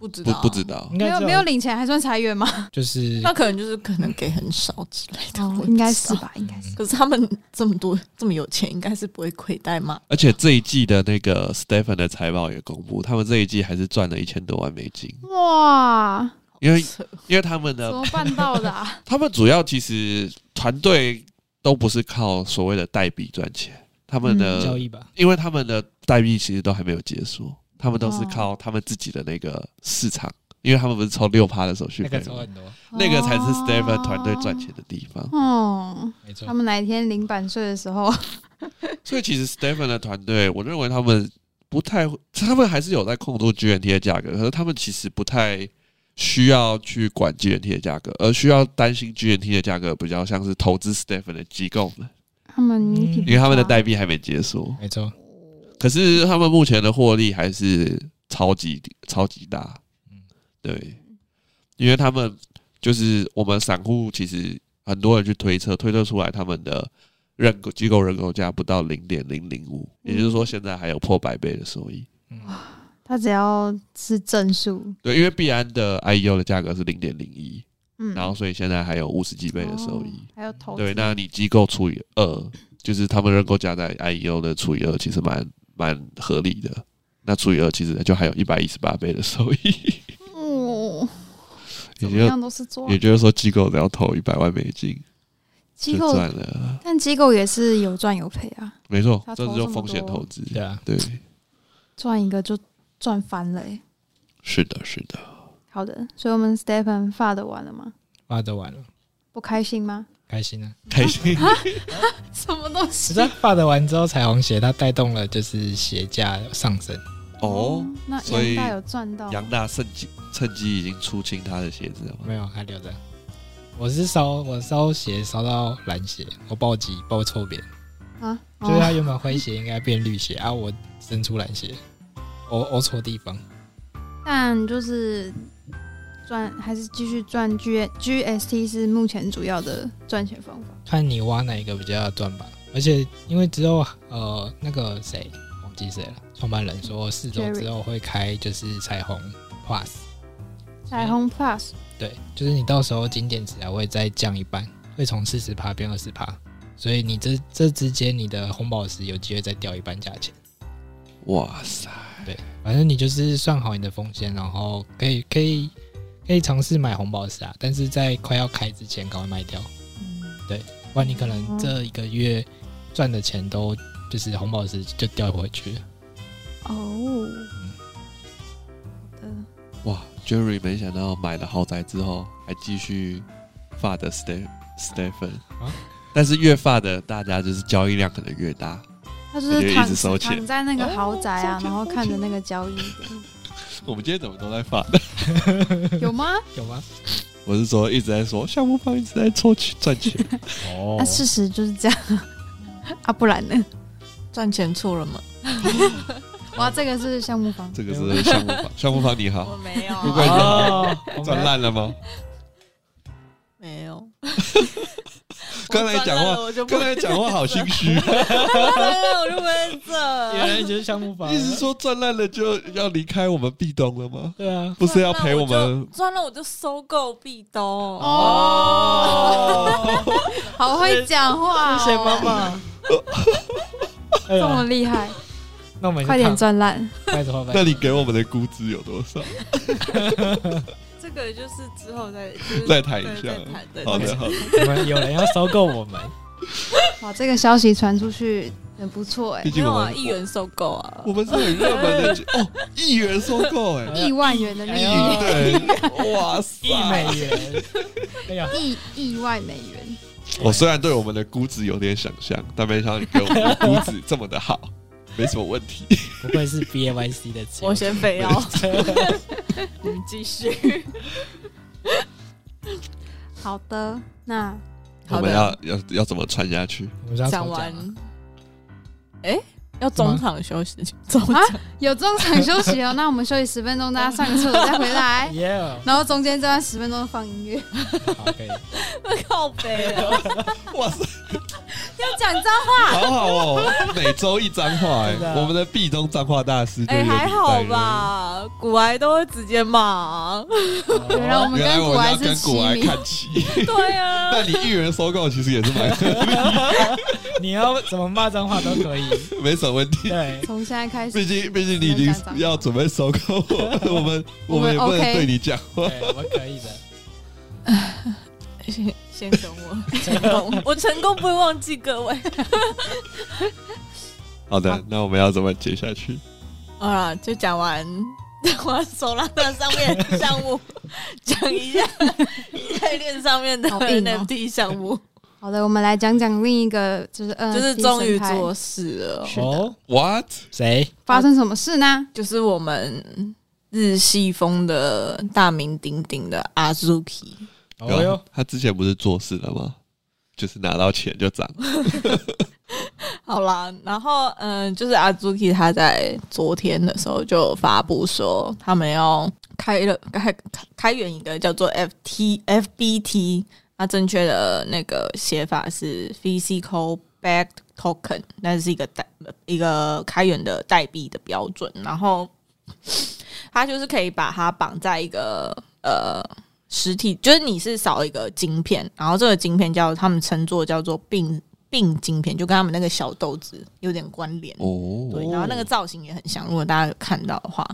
E: 不知
A: 不
E: 道
A: 不知，道
B: 应
D: 没
B: 该
D: 有
B: 只
D: 没有，领钱还算裁员吗？
B: 就是
E: 那可能就是可能给很少之类的，我也不知道
D: 哦应该是。吧，应该是。
E: 可是他们这么多这么有钱，应该是不会亏待嘛？
A: 而且这一季的那个 Stephen 的财报也公布，他们这一季还是赚了一千多万美金，
D: 哇，
A: 因为
E: 扯
A: 因为他们
D: 怎
A: 的
D: 么办到的、啊？
A: 他们主要其实团队都不是靠所谓的代币赚钱，他们的、
B: 嗯交易吧，
A: 因为他们的代币其实都还没有结束，他们都是
D: 哦
A: 靠他们自己的那个市场，因为他们不是抽六趴的手续
B: 那
A: 费
B: 个抽哦
A: 吗，
B: 很多，
A: 那个才是 Stephen 团队赚钱的地方。
D: 哦。
B: 没错
D: 他。们哪一天零版税的时候，
A: 所以其实 Stephen 的团队，我认为他们不太，他们还是有在控制 GNT 的价格，可是他们其实不太需要去管 GNT 的价格，而需要担心 GNT 的价格比较像是投资 Stephen 的机构们，
D: 他们
B: 嗯
A: 因为他们的
D: 啊
A: 代币还没结束，
B: 没错，
A: 可是他们目前的获利还是超级超级大
B: 嗯，
A: 对，因为他们就是我们散户，其实很多人去推测，推测出来他们的认购机构认购价不到零点零零五，也就是说现在还有破百倍的收益。
B: 嗯，
D: 他只要是正数，
A: 对，因为币安的 IEO 的价格是零点零一，
D: 嗯，
A: 然后所以现在还有五十几倍的收益。
D: 哦还有投资
A: 对，那你机构除以二，就是他们认购价在 IEO 的除以二，其实蛮蛮合理的。那除以二，其实就还有一百一十八倍的收益。
D: 哦，
A: 也
D: 怎
A: 就
D: 么样都啊是做
A: 也就是说，机构只要投一百万美金就
D: 机构，
A: 赚了，
D: 但机构也是有赚有赔啊，
A: 没错，
D: 他
A: 这
D: 投
A: 就是
D: 这么
A: 风险
D: 多
A: 投资。
B: 对啊，
A: 对，
D: 赚一个就赚翻了、欸。
A: 是的，是的。
D: 啊好的，所以我们 Stephen 发的完了吗？
B: 发的完了，
D: 不开心吗？
B: 开心 啊！
A: 开心，
D: 什么东西
B: 可是发的完之后，彩虹鞋它带动了就是鞋价上升，
A: 哦，
D: 那
A: 所以
D: 杨大有赚到，
A: 杨大趁机趁机已经出清他的鞋子了吗？
B: 没有还留着。我是烧我烧鞋烧到蓝鞋，我暴击暴臭扁，
D: 啊，
B: 就是它
D: 哦，
B: 原本灰鞋应该变绿鞋啊，我伸出蓝鞋，我我错地方，
D: 但就是赚还是继续赚 G GST 是目前主要的赚钱方法。
B: 看你挖哪一个比较赚吧。而且因为之后呃那个谁忘记谁了，创办人说四周
D: Jerry
B: 之后会开就是彩虹 Plus，
D: 彩虹 Plus
B: 对，就是你到时候经典值还啊会再降一半，会从四十趴变二十趴，所以你这这之间你的红宝石有机会再掉一半价钱。
A: 哇塞，
B: 反正你就是算好你的风险，然后可以可以可以尝试买红宝石啊，但是在快要开之前赶快卖掉，
D: 嗯
B: 不然你可能
D: 哦
B: 这一个月赚的钱都就是红宝石就掉回去了。
D: 哦，好的，
A: 哇，Jerry 没想到买了豪宅之后还继续发的 Ste Stephen，、
B: 啊
A: 但是越发的大家就是交易量可能越大，
D: 他就
A: 他
D: 是
A: 就一
D: 躺
A: 直收钱
D: 躺在那个豪宅啊，
A: 哦收钱
D: 然后看着那个交易的，
A: 我们今天怎么都在发的？
D: 有吗？
B: 有吗？
A: 我是说一直在说项目方一直在抽取赚钱，
B: 哦
D: 啊，事实就是这样 啊，不然呢？
E: 赚钱错了吗？
D: 哇，这个是项目方，
A: 这个是项目方，项目方你好，
E: 没有
A: 不管你
B: 哦，我
A: 赚
B: 们
A: 烂了吗？
E: 没有。
A: 刚才讲话
E: 我赚烂了我就不
A: 刚
E: 会
A: 才讲话好心虚，
E: 赚烂了我就不会
B: 原
E: 这。
B: 来就是项目方，
A: 一直说赚烂了就要离开我们壁咚了吗？
B: 对啊，
A: 不是要陪我们？
E: 赚了我就收购壁咚
D: 哦
A: 哦，
D: 好会讲话、哦，
B: 谢谢妈 妈。哎
D: 这么
B: 呀，
D: 厉害，
B: 那我们
D: 快点赚烂，
B: 快点
A: 那你给我们的估值有多少？
E: 这个就是之后再就是
A: 再谈一
E: 对
A: 下
E: 再谈对
A: 好的，
E: 对
A: 好的，
B: 我们有人要收购我们，
D: 哇，这个消息传出去很不错哎、
A: 毕
E: 没
A: 竟
E: 有
A: 我
E: 啊，
A: 们
E: 议员收购啊
A: 我，们是很热门的节哦，一元收购哎，
D: 亿万元的利
B: 哎
A: 一
B: 呦
D: 益，
A: 对，哇
B: 一
A: 塞！
B: 美 元，哎呀，
D: 亿亿万美元，
A: 我虽然对我们的估值有点想象，但没想到你给我们的估值这么的好，没什么问题。
B: 不愧是 B A Y C 的钱
E: 我，先非要， 你们继续。
D: 好的，那
A: 我
E: 好
A: 们
E: 的，
A: 要要要怎么穿下去？
B: 我们是要啊
E: 讲
B: 抽奖
E: 完
B: 吗，
E: 哎，要中场休息，中
D: 啊有中场休息 哦，那我们休息十分钟，大家上个厕所再回来，
B: ，Yeah，
D: 然后中间这段十分钟放音乐，
A: 哦
B: 好可以，
E: 靠背 啊，
A: 哇塞，
D: 要讲脏话，
A: 好好哦，每周一脏话哎
B: 真的，啊
A: 我们的壁咚脏话大师。
E: 哎，还好？吧，古癌都会直接骂，
D: 原来我们
A: 原来
D: 跟
A: 我们
D: 古玩
A: 要
D: 是
A: 跟
D: 齐
A: 古玩
D: 名，
A: 看齐。
E: 对啊，
A: 那你一元收购其实也是蛮
B: 你要怎么骂脏话都可 以，
A: 没什么问题。
B: 对，
D: 从现在开始
A: 毕，竟，毕竟你已经要准备收购我，我们我们也不能对你讲话。
B: 对，我们可以的，
E: 先先等我成功，我 成功不会忘记各位。
A: 好的，那我们要怎么接下去？
E: 好了，就讲完，讲完手拉的上面的项 目，讲一下依赖链上面的
D: 好硬哦
E: NFT 项目，
D: 好的，我们来讲讲另一个就是嗯，
E: 就是终于
D: 生态
E: 做事了，
D: 是的
B: 哦，
A: What？
B: 谁？
D: 发生什么事呢？
E: 就是我们日系风的大名鼎鼎的 Azuki，
B: 哦哟，
A: 啊他之前不是做事了吗？就是拿到钱就涨。
E: 好啦，然后嗯，就是 Azuki 他在昨天的时候就发布说，他们要开了开开源一个叫做 FT FBT，它正确的那个写法是 Physical Backed Token，那是一个代一个开源的代币的标准，然后它就是可以把它绑在一个呃。实体就是你是少一个晶片，然后这个晶片叫他们称作叫做并并晶片，就跟他们那个小豆子有点关联。
A: 哦
E: 对，然后那个造型也很像，如果大家有看到的话，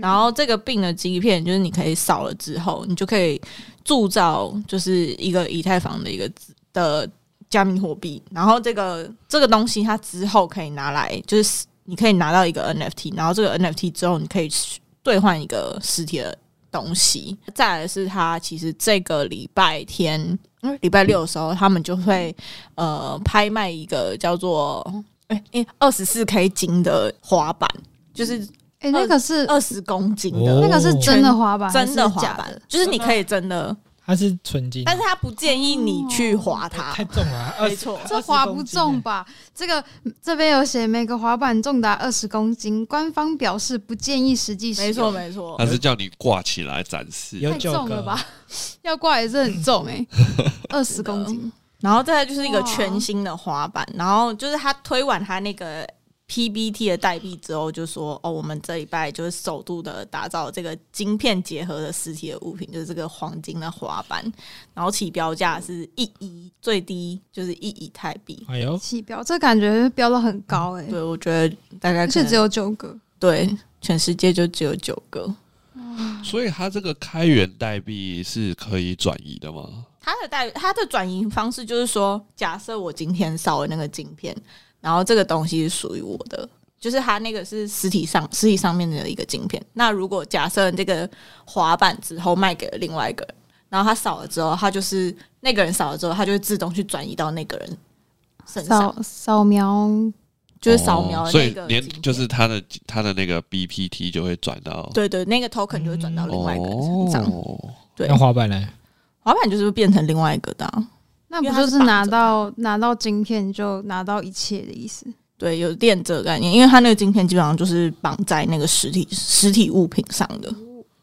E: 然后这个病的基片就是你可以扫了之后，你就可以铸造就是一个以太坊的一个资的加密货币，然后这个这个东西它之后可以拿来，就是你可以拿到一个 NFT，然后这个 NFT 之后你可以去兑换一个实体的东西。再来是它其实这个礼拜天，嗯礼拜六的时候，他们就会呃拍卖一个叫做哎二十四 K 金的滑板，就是
D: 哎，那个是
E: 二十公斤
B: 哦
E: 的，
D: 那个是真的滑板，
E: 真的
D: 还是
E: 滑
D: 假
E: 板
D: 的，，啊
E: 就是你可以真的，
B: 他是纯金，
E: 但是他不建议你去滑它
D: 哦
B: 太。重 了，二
E: 没
B: 十
E: 错，
D: 这滑不重吧？这个这边有写，每个滑板重达二十公斤，官方表示不建议实际使用。
E: 没错，没错
A: 他。是叫你挂起来展示。
B: 有
D: 太
B: 九
D: 重
B: 个
D: 了吧？ 要挂也是很重哎、 二十公斤。
E: 然后再来就是一个全新的滑板，然后就是他推完他那个 PBT 的代币之后，就说哦，我们这礼拜就是首度的打造这个晶片结合的实体的物品，就是这个黄金的滑板，然后起标价是一一，最低就是一以太币。
B: 哎呦，
D: 起标，这感觉标的很高哎、
E: 对，我觉得大概
D: 而
E: 可
D: 且
E: 能
D: 只有九个，
E: 对全世界就只有九个，
A: 所以它这个开源代币是可以转移的吗？
E: 它的代它的转移方式就是说，假设我今天烧了那个晶片，然后这个东西是属于我的，就是它那个是实体上实体上面的一个晶片。那如果假设这个滑板之后卖给了另外一个人，然后他扫了之后，他就是那个人扫了之后，他就会自动去转移到那个人身上
D: 扫，扫描
E: 就是扫描
A: 哦
E: 的
A: 所以
E: 那个晶片、
A: 连就是它的它的那个 BPT 就会转到
E: 对对，那个 token 就会转到另外一个人身上。
A: 哦
E: 对
B: 那，滑板嘞？
E: 滑板就是变成另外一个的啊、
D: 那不就是拿到拿到晶片就拿到一切的意思？
E: 对，有电这个概念，因为它那个晶片基本上就是绑在那个实体实体物品上的。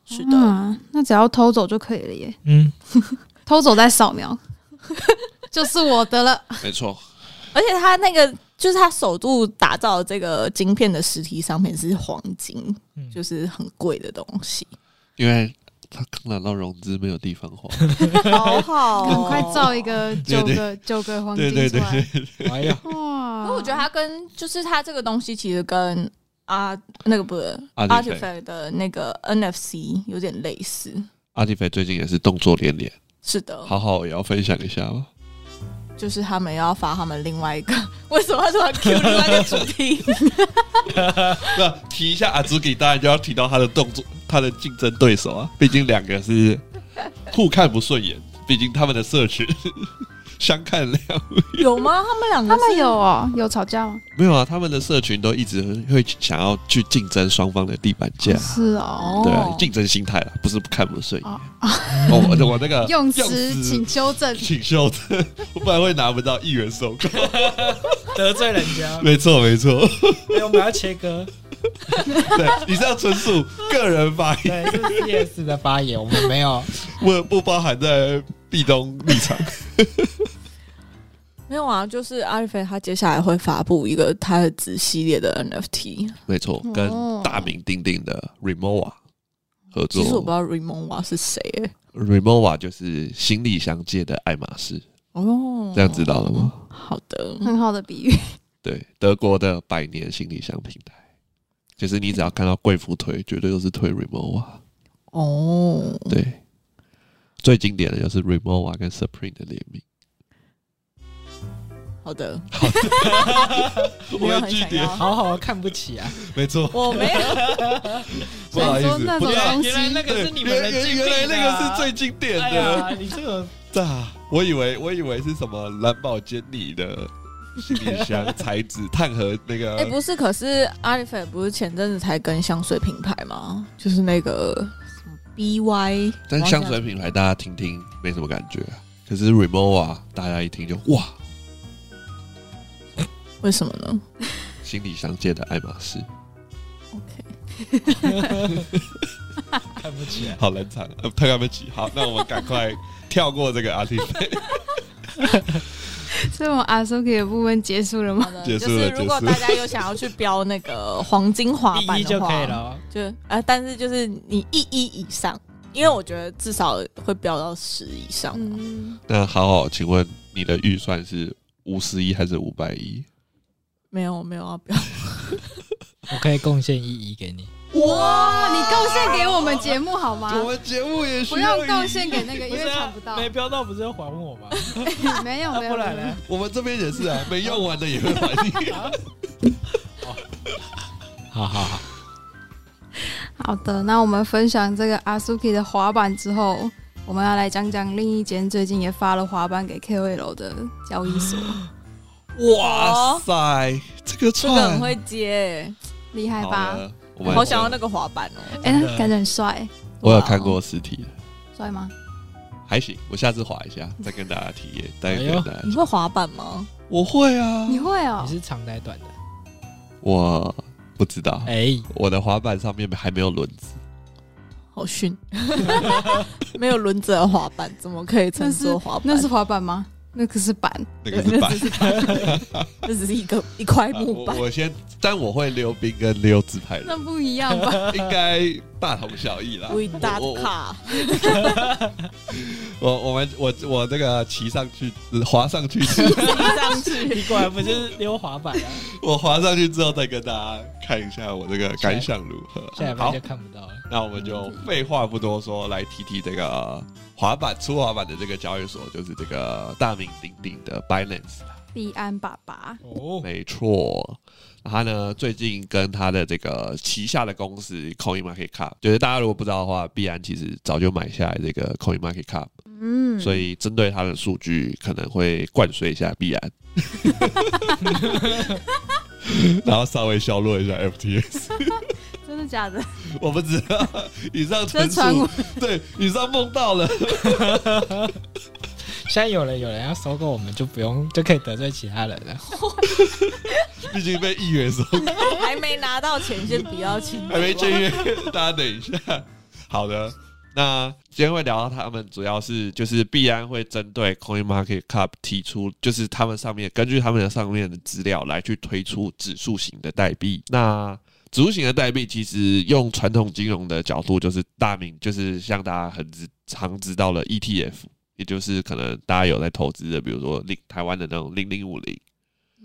E: 是的，
D: 啊，那只要偷走就可以了耶，
B: 嗯，
D: 偷走再扫描， 就是我的了。
A: 没错。
E: 而且它那个就是它首度打造这个晶片的实体商品是黄金，
B: 嗯
E: 就是很贵的东西。
A: 因为他刚拿到融资，没有地方 花。
E: 好 好、哦
D: 赶快造一。个九
A: 对
D: 个九个黄
A: 对
D: 金
A: 对
D: 出
A: 对
D: 来！
A: 对，
B: 哎呦，
D: 哇，
E: 可我觉得它跟就是它这个东西其实跟啊那个不是
A: Artifact
E: Artifact 的那个 NFC 有点类似。
A: 阿迪菲最近也是动作连连，
E: 是的，
A: 好好也要分享一下吗？
E: 就是他们要发他们另外一个， 为什么要突然 Q 另外一个主题？
A: 那提一下阿祖给，当然就要提到他的动作，他的竞争对手啊，毕竟两个是互看不顺眼，毕竟他们的社群相看两
E: 有吗？他们两个
D: 他们
E: 是
D: 有哦，有吵架吗？
A: 没有啊，他们的社群都一直会想要去竞争双方的地板价，
D: 是
E: 哦
D: 哦，
A: 对啊，竞争心态啦，不是不看不顺眼。
D: 哦
A: 哦，我我那个
D: 用词请纠正。
A: 请秀的，我不然会拿不到一元 收购。
B: 得罪人家，
A: 没错没错，
B: 对，我们要切割，
A: 对，以上纯属个人发言，
B: 对，这是 CS 的发言，我们没有，
A: 不不包含在壁咚立场。
E: 没有啊？就是阿里菲他接下来会发布一个他的子系列的 NFT，
A: 没错，跟大名鼎鼎的 Remova 合
E: 其实我不
A: 作。
E: 知道 Remova 是谁、欸。
A: Remova 就是行李箱界的爱马仕，
E: 哦，
A: 这样知道了吗？
E: 好的，
D: 很好的比喻，
A: 对，德国的百年行李箱平台，就是你只要看到贵妇推，绝对都是推 Remova。
E: 哦，
A: 对，最经典的就是 Remova 跟 Supreme 的联名。
E: 好的，
A: 我
E: 没有
A: 要
E: 很
A: 据
E: 想
A: 点，
E: 要，
B: 好好看不起啊，
A: 没错，
E: 我没有，
A: 不好意思
D: 想说那，种
A: 不要
D: 东西
B: 啊原来那个是你们的
A: 原
B: 经
A: 原
B: 历、啊，
A: 原来那个是最经典
B: 哎
A: 的。
B: 呀，你这个
A: 啊，我以为我以为是什么蓝宝坚尼的行李箱材质，碳和那个
E: 哎、不是，可是阿里菲不是前阵子才跟香水品牌吗？就是那个什么 BY，
A: 但香水品牌大家听听没什么感觉啊，可是 Remova 大家一听就哇，
E: 为什么呢
A: 行李箱界的爱马仕，
E: ？OK，
B: 看不起、啊，
A: 好冷场，呃，太看不起。好，那我们赶快跳过这个 阿里飞。
D: 所以我们阿苏给的部分结束了吗？
E: 好的，
A: 结
E: 就
A: 束了
E: 是如果
A: 结束了
E: 大家有想要去标那个黄金滑板的话，
B: 第一就可以了哦。
E: 就呃，但是就是你一一以上，因为我觉得至少会飙到十以上。
D: 嗯，
A: 那好好，请问你的预算是五十一还是五百一？
E: 没有没有啊要飙，
B: 我可以贡献一一给你，
D: 哇，你贡献给我们节目好吗？
A: 们节目也
D: 不用贡献给那个，因为哎抢不到。
B: 没标到不是要还我吗？
D: 没有
B: 那
D: 没
B: 不
D: 有，
B: 然
D: 没有
B: 呢？
A: 我们这边也是啊，没用完的也会还 你。
B: 好好好，
D: 好的，那我们分享这个阿苏 k 的滑板之后，我们要来讲讲另一间最近也发了滑板给 KOL 的交易所，
A: 哇塞，哦这个
E: 这个
A: 串
E: 很会接、
D: 厉害
A: 好
D: 吧？
A: 了我
E: 欸，
A: 们
E: 好想要那个滑板哦、
D: 哎、
B: 真的
D: 那感觉很帅，
A: 我有看过实体的，
D: 帅吗？
A: 还行。我下次划一下，再跟大家体验，再
B: 哎
A: 跟大家
E: 你。会滑板吗？
A: 我会啊，
D: 你会哦
B: 你、是长的还是短的？
A: 我不知道，
B: 哎，
A: 我的滑板上面还没有轮子。
E: 好逊， 没有轮子的滑板怎么可以称作滑板？
D: 那是滑板吗？那可是板，
A: 那个是板，
E: 那只是一个一块
A: 啊
E: 木
A: 我
E: 板。
A: 我先，但我会溜冰跟溜自拍人
D: 那，不一样 吧？
A: 应该大同小异 啦。
E: We 打
A: 呃我我
E: 卡，
A: 我我们我我那个骑上去，呃滑上去，
E: 上去
B: 你果然不是溜滑板 啊，
A: 我滑上去之后再跟大家看一下我这个感想如 何。
B: 下礼拜
A: 好
B: 就，看不到了。
A: 那我们就废话不多说，来提提这个滑板出滑板的这个交易所，就是这个大名鼎鼎的 Binance。
D: 币安爸爸，
B: 哦，
A: 没错，他呢最近跟他的这个旗下的公司 Coin Market Cap，就是大家如果不知道的话，必然其实早就买下来这个 Coin Market Cap，、
D: 嗯，
A: 所以针对他的数据可能会灌水一下必 然，然后稍微削弱一下 FTS，
D: 真的假的？
A: 我不知道。以上
D: 这
A: 纯
D: 传
A: 属
D: 闻
A: 对，以上梦到了，
B: 现在有人有人要收购，我们就不用就可以得罪其他人了。
A: 毕竟被议员收购
E: 还没拿到钱，先不要请。
A: 还没签约，大家等一下。好的，那今天会聊到他们，主要是就是必安会针对 Coin Market Cap 提出，就是他们上面根据他们的上面的资料来去推出指数型的代币。那指数型的代币其实用传统金融的角度，就是大名就是像大家很知常知道的 ETF，也就是可能大家有在投资的，比如说零台湾的那种零零五零，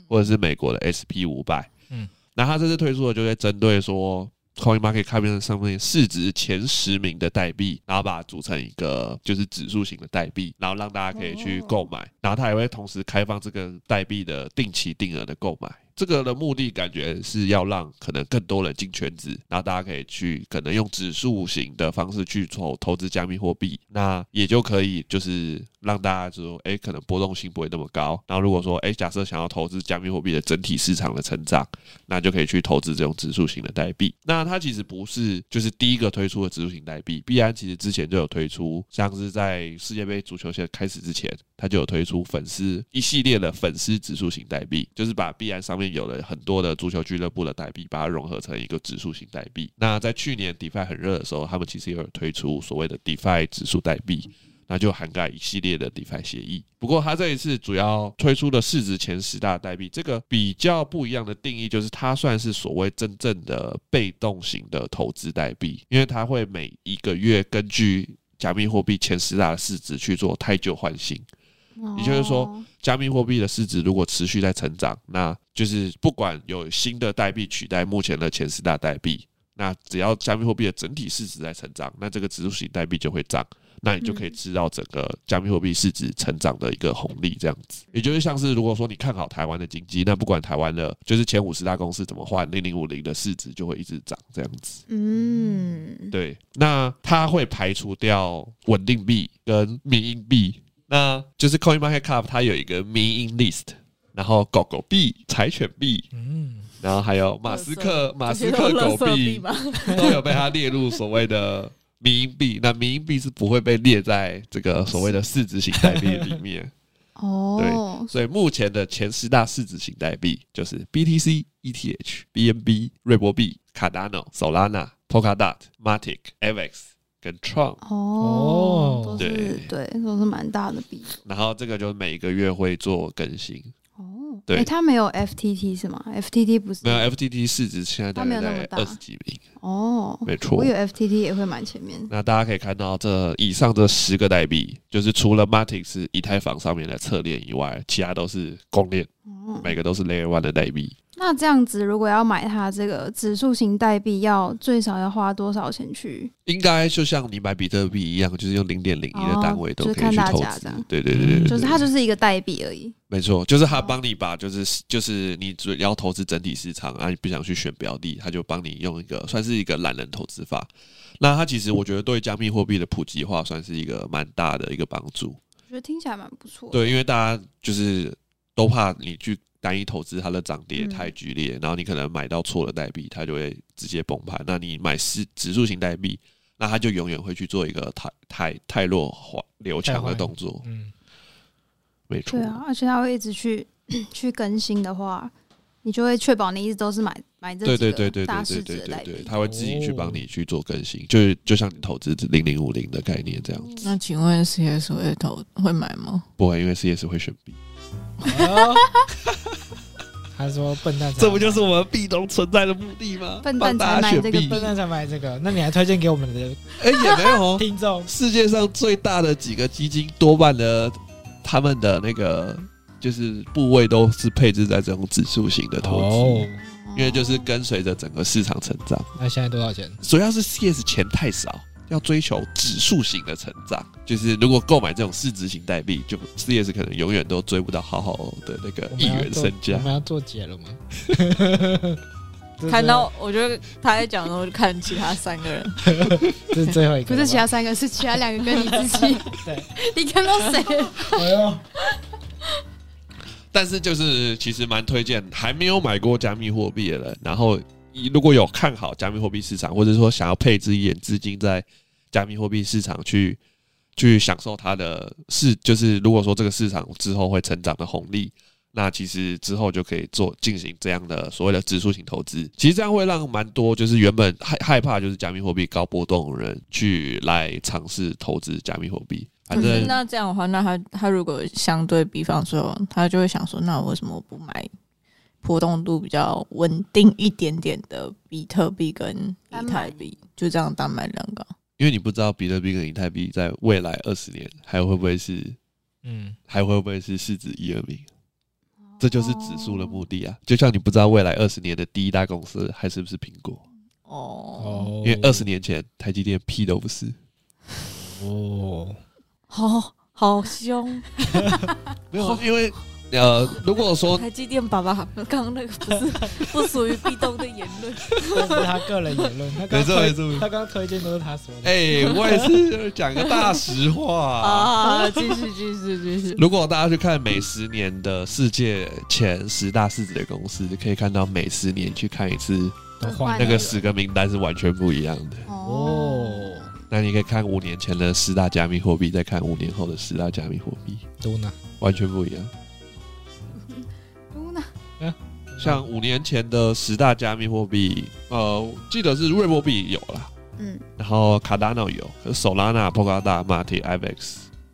A: 或者是美国的 SP 五百。
B: 嗯
A: 嗯，那它这次推出的就会针对说 Coin Market Cap 上面市值前十名的代币，然后把它组成一个就是指数型的代币，然后让大家可以去购买，然后它也会同时开放这个代币的定期定额的购买。这个的目的感觉是要让可能更多人进圈子，然后大家可以去可能用指数型的方式去投投资加密货币，那也就可以就是让大家就说，哎，可能波动性不会那么高。然后如果说，哎，假设想要投资加密货币的整体市场的成长，那就可以去投资这种指数型的代币。那它其实不是就是第一个推出的指数型代币，币安其实之前就有推出，像是在世界杯足球赛开始之前，它就有推出粉丝一系列的粉丝指数型代币，就是把币安上面有了很多的足球俱乐部的代币，把它融合成一个指数型代币。那在去年 DeFi 很热的时候，他们其实也有推出所谓的 DeFi 指数代币。那就涵盖一系列的 DeFi 协议。不过，它这一次主要推出的市值前十大代币，这个比较不一样的定义就是，它算是所谓真正的被动型的投资代币，因为它会每一个月根据加密货币前十大的市值去做太旧换新。也就是说
D: 哦，
A: 加密货币的市值如果持续在成长，那就是不管有新的代币取代目前的前十大代币，那只要加密货币的整体市值在成长，那这个指数型代币就会涨，那你就可以吃到整个加密货币市值成长的一个红利，这样子。也就是像是如果说你看好台湾的经济，那不管台湾的就是前五十大公司怎么换，零零五零的市值就会一直涨，这样子。
D: 嗯，
A: 对，那它会排除掉稳定币跟民营币，那就是 Coin Market Cap 它有一个民营 list，然后狗狗币、柴犬币，
B: 嗯，
A: 然后还有马斯克、马斯克啊狗币
E: 嘛，
A: 都有被它列入所谓的民营币。那民营币是不会被列在这个所谓的市值型代币里 面，
D: 哦，
A: 所以目前的前十大市值型代币就是 BTC、ETH、BNB、瑞波币、Cardano、Solana、Polkadot、Matic、AVAX 跟 Tron。
D: 哦，
B: 哦
D: 都
A: 对
D: 是对，都是蛮大的币
A: 然后这个就是每个月会做更新，
D: 哦。
A: 对
D: 诶它没有 FTT 是吗？FTT 不是
A: 没有 FTT 市值现在大
D: 它没
A: 概
D: 有那么
A: 在
D: 大
A: 二十几名，
D: 哦，
A: 没错
D: 我以。为 FTT 也会蛮前面。
A: 那大家可以看到这以上这十个代币，就是除了 Matic 是以太坊上面的侧链以外，其他都是公链，
D: 哦，
A: 每个都是 Layer One 的代币。
D: 那这样子，如果要买它这个指数型代币，要最少要花多少钱去？
A: 应该就像你买比特币一样，就是用零点零一的单位
D: 哦
A: 都
D: 就是
A: 可以去
D: 看大
A: 投
D: 家
A: 资嗯
D: 这样。
A: 对对对对对，
D: 就是它就是一个代币而已。
A: 没错，就是他帮你把就是就是你主要投资整体市场啊，你不想去选标的，他就帮你用一个算是一个懒人投资法。那它其实我觉得对加密货币的普及化算是一个蛮大的一个帮助。
D: 我觉得听起来蛮不错。，
A: 对，因为大家就是都怕你去单一投资它的涨跌
D: 嗯
A: 太剧烈，然后你可能买到错的代币，它就会直接崩盘。那你买是指数型代币，那它就永远会去做一个太太太弱滑流强的动作。
B: 嗯，
A: 没错，
D: 对啊，而且它会一直去去更新的话，你就会确保你一直都是买买这
A: 对
D: 几
A: 对
D: 个
A: 对对
D: 大
A: 对
D: 市
A: 对
D: 值
A: 对
D: 的
A: 对
D: 代
A: 对，
D: 币。
A: 他会自己去帮你去做更新，就是就像你投资零零五零的概念这样子，
E: 那请问 CS 会投会买
D: 嗯
E: 吗？
A: 不会因为 CS 会选 B，
B: 哦 他说笨蛋才买，
A: 我们币东存在的目的吗
D: 笨蛋才买这个币
B: 笨蛋才买这个？那你还推荐给我们的
A: 哎，也没有哦，？
B: 听众
A: 世界上最大的几个基金，多半的他们的那个就是部位都是配置在这种指数型的投
B: 哦
A: 资，，因为就是跟随着整个市场成长。
B: 那现在多少钱？
A: 主要是 CS 钱太少，要追求指数型的成长。就是如果购买这种市值型代币，就 CS 可能永远都追不到好好的那个
B: 我
A: 一
B: 们要
A: 元
B: 做
A: 身价
B: 我。们要做结 了吗？这是
E: 看到我觉得他在讲的时候，就看其他三个人，
B: 这是最后一个
D: 不
B: 了吗，
D: 是其他三个，是其他两个跟你自己。
B: 对，
D: 你看到谁？
B: 哎呦，
A: 但是就是其实蛮推荐还没有买过加密货币的人，然后如果有看好加密货币市场，或者说想要配置一点资金在加密货币市场去去享受它的市，就是如果说这个市场之后会成长的红利。那其实之后就可以做进行这样的所谓的指数型投资，其实这样会让蛮多就是原本害害怕就是加密货币高波动的人去来尝试投资加密货币，反
E: 可是
A: 正
E: 那这样的话，那他他如果相对比方说，他就会想说，那我为什么不买波动度比较稳定一点点的比特币跟以太币，就这样单买两个？
A: 因为你不知道比特币跟以太币在未来二十年还会不会是
B: 嗯，
A: 还会不会是市值一二名？这就是指数的目的啊！就像你不知道未来二十年的第一大公司还是不是苹果，
E: 哦
B: 哦
A: 因为二十年前台积电屁都不是。
B: 哦，
E: 好好凶！
A: 没有，因为呃，如果说
E: 台积电爸爸刚刚那个不是不属于壁咚的言论，
B: 这是他个人言论，他刚
A: 没错没
B: 推
A: 错
B: 他刚推荐都是他说的。
A: 哎、我也是讲个大实 话。
E: 啊！继续继续继续，
A: 如果大家去看每十年的世界前十大市值的公司，可以看到每十年去看一次，
B: 都换
A: 那
B: 了
A: 个十个名单是完全不一样的。
B: 哦，
A: 那你可以看五年前的十大加密货币，再看五年后的十大加密货币，
B: 都呢？
A: 完全不一样。
D: 露娜
B: 嗯
A: 像五年前的十大加密货币，呃，记得是瑞波币有啦，
D: 嗯，
A: 然后 Cardano 有，可是 Solana、Polkadot、Matic、IVX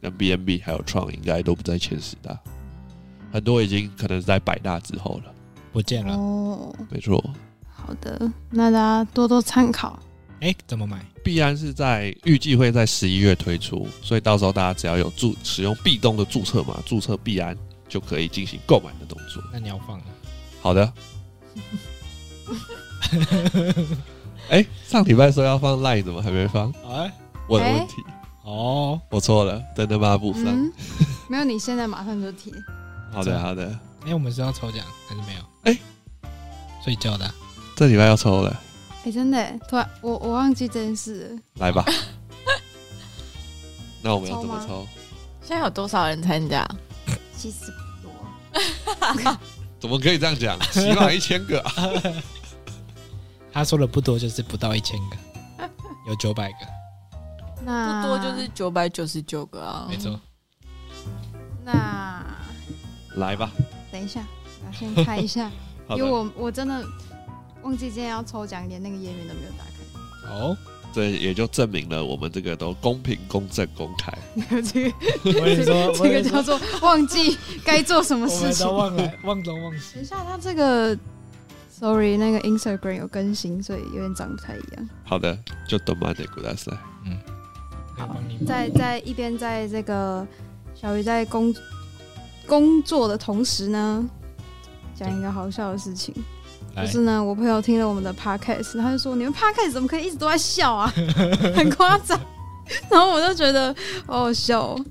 A: 跟 BNB 还有创应该都不在前十大，很多已经可能是在百大之后了。
B: 不见了。
D: 哦，
A: 没错，
D: 好的，那大家多多参考。
B: 哎，怎么买？
A: 币安是在预计会在十一月推出，所以到时候大家只要有注使用币东的注册码，注册币安就可以进行购买的动作。
B: 那你要放了。
A: 好的。 哎、上礼拜说要放 line，怎么还没放？
B: 哎，
A: 我的
D: 哎
A: 问题，
B: 哦，
A: 我错了，等等抹布上。
D: 嗯，没有，你现在马上就提。
A: 好的，好的，
B: 哎，我们是要抽奖还是没有？
A: 哎，
B: 睡觉的啊。
A: 这礼拜要抽了，
D: 哎、真的耶，突然我我忘记这件事了。
A: 来 吧。那我们要怎么
D: 抽
A: 抽？
E: 现在有多少人参加？
D: 七十多，
A: 怎么可以这样 讲？起码一千个啊！
B: 他说的不多，就是不到一千 个，有九百个，
D: 哦那
E: 不多就是九百九十九个啊
B: 没。错。
D: 那
A: 来吧，
D: 等一下，我先看 一下，
A: 好
D: 因为
A: 的，
D: 我我真的忘记今天要抽奖，连那个页面都没有打开。
B: 哦，
A: 这也就证明了我们这个都公平、公正、公开。
D: 这个
B: 我跟你说，我
D: 这
B: 跟
D: 个
B: 你
D: 叫
B: 说，
D: 做忘记该做什么
B: 我
D: 事
B: 们
D: 情
B: 都。忘了，忘东忘西。
D: 等一下，他这个，sorry，那个 Instagram 有更新，所以有点长不太一样。
A: 好的，就等慢点，古大赛。
B: 可以帮你
D: 在在一边在这个小鱼在工工作的同时呢，讲一个好笑的事情，
B: 来
D: 就是呢，我朋友听了我们的 podcast，他就说你们 podcast 怎么可以一直都在笑啊， 很夸张。然后我就觉得好好笑、哦，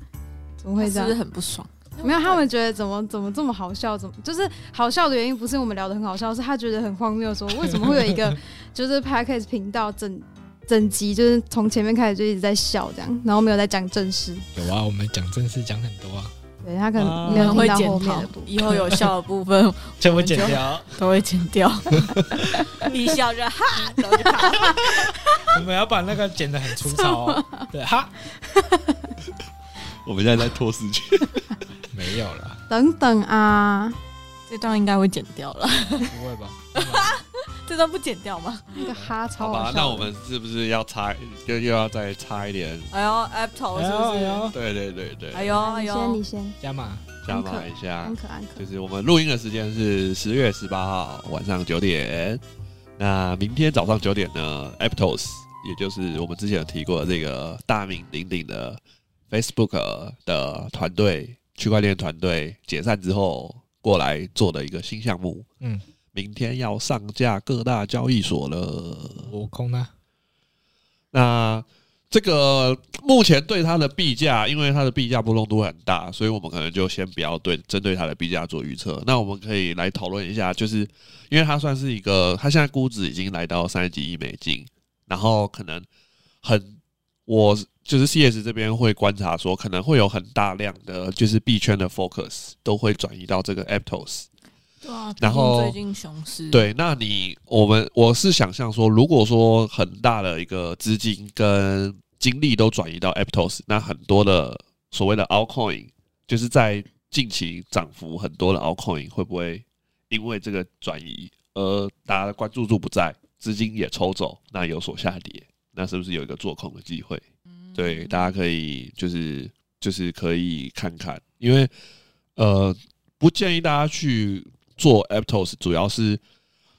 D: 怎么会这
E: 是
D: 样
E: 不是？很不爽？
D: 没有，他们觉得怎么怎么这么好笑，怎么就是好笑的原因不是我们聊得很好笑，是他觉得很荒谬，说为什么会有一个就是 podcast 频道整整集就是从前面开始就一直在笑这样，然后没有在讲正事，
B: 有啊，我们讲正事讲很多啊，
D: 对他可
B: 啊
D: 能
E: 可
D: 没
E: 能会
D: 有听到
E: 检
D: 后面
E: 讨
D: 的部，分。
E: 以后有笑的部分
B: 全部剪掉。
E: 都会剪 掉。一笑就哈，然后就卡了
B: 我们要把那个剪得很粗糙 哦。对，哈，
A: 我们现在在拖时间，
B: 没有了，
D: 等等啊，
E: 这段应该会剪掉了，
B: 不会 吧？
E: 这段不剪掉吗？
D: 那个哈超
A: 好
D: 好啊
A: 吧
D: 笑？的。
A: 那我们是不是要插，又又要再插一点？
E: 哎呦，app 头是不
B: 哎
E: 是？
B: 呦，
A: 对对对对，
E: 哎呦哎
D: 你先，
E: 呦
D: 你，先，
B: 加码，
A: 加码一下
D: 安。可安可
A: 啊就。是我们录音的时间是十月十八号晚上九点。那明天早上九点呢，Aptos，也就是我们之前有提过的这个大名鼎鼎的 Facebook 的团队区块链团队解散之后过来做的一个新项目，
B: 嗯，
A: 明天要上架各大交易所了。
B: 我空啊呢？
A: 那这个目前对它的币价，因为它的币价波动度很大，所以我们可能就先不要对针对它的币价做预测。那我们可以来讨论一下，就是因为它算是一个，它现在估值已经来到三十几亿美金，然后可能很我。就是 CS 这边会观察说，可能会有很大量的就是币圈的 focus 都会转移到这个 Aptos，
E: 对啊，
A: 然后
E: 最近熊市，，
A: 对，那你我们我是想象说，如果说很大的一个资金跟精力都转移到 Aptos，那很多的所谓的 altcoin，就是在近期涨幅很多的 altcoin 会不会因为这个转移而大家的关注度不在，资金也抽走，那有所下跌，那是不是有一个做空的机会？对，大家可以就是就是可以看看，因为呃，不建议大家去做 Aptos，主要是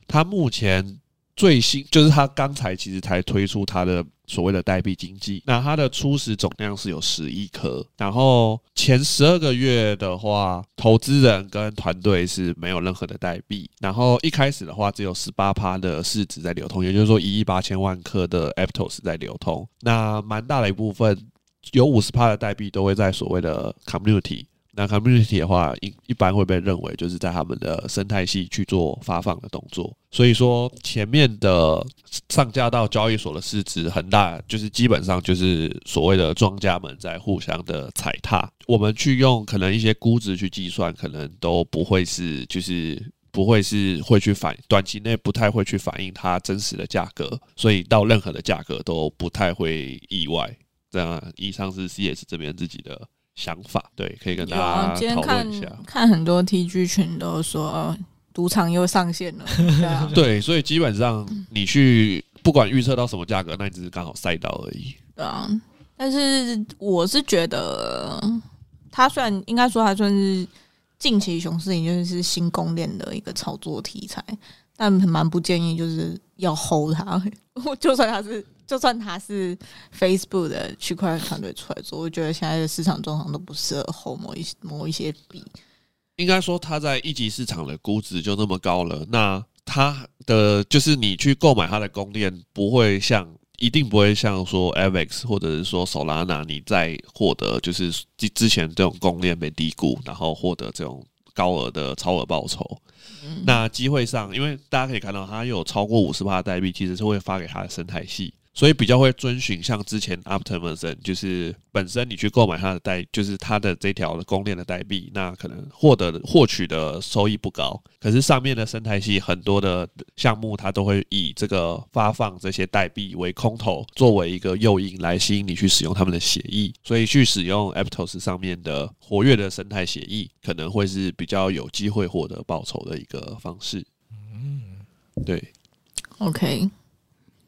A: 它目前最新就是它刚才其实才推出它的所谓的代币经济。那它的初始总量是有十一颗，然后前十二个月的话，投资人跟团队是没有任何的代币，然后一开始的话只有十八趴的市值在流通，也就是说一亿八千万颗的 Aptos 在流通，那蛮大的一部分。有五十趴的代币都会在所谓的 community，那 community 的话，一一般会被认为就是在他们的生态系去做发放的动作。所以说，前面的上架到交易所的市值很大，就是基本上就是所谓的庄家们在互相的踩踏。我们去用可能一些估值去计算，可能都不会是就是。不会是会去反短期内不太会去反映它真实的价格，所以到任何的价格都不太会意外。这样，啊以上是 CS 这边自己的想法，对，可以跟
E: 有
A: 大
E: 啊，今
A: 家
E: 天
A: 讨
E: 看
A: 论一下。
E: 看很多 TG 群都说呃赌场又上线 了，对啊，
A: 对，所以基本上你去不管预测到什么价格，那你只是刚好赛到而已。
E: 对啊。但是我是觉得，它虽然应该说它算是近期熊市，也就是新攻链的一个炒作题材，但蛮不建议就是要 hold 它。我 就算它是，就算它是 Facebook 的区块链团队出来做，我觉得现在的市场状况都不适合 hold 某一些某一些币。
A: 应该说，它在一级市场的估值就那么高了，那它的就是你去购买它的供链，不会像一定不会像说 Avex 或者是说 Solana，你在获得就是之之前这种供链被低估，然后获得这种高额的超额报酬。
E: 嗯
A: 那机会上，因为大家可以看到，它有超过五十的代币，其实是会发给它的生态系，所以比较会遵循像之前 Optimism，就是本身你去购买它的代，就是它的这条公链的代币，那可能获得的获取的收益不高，可是上面的生态系很多的项目，它都会以这个发放这些代币为空头，作为一个诱因来吸引你去使用他们的协议，所以去使用 Aptos 上面的活跃的生态协议，可能会是比较有机会获得报酬的一个方式。
B: 嗯
A: 对，
E: OK，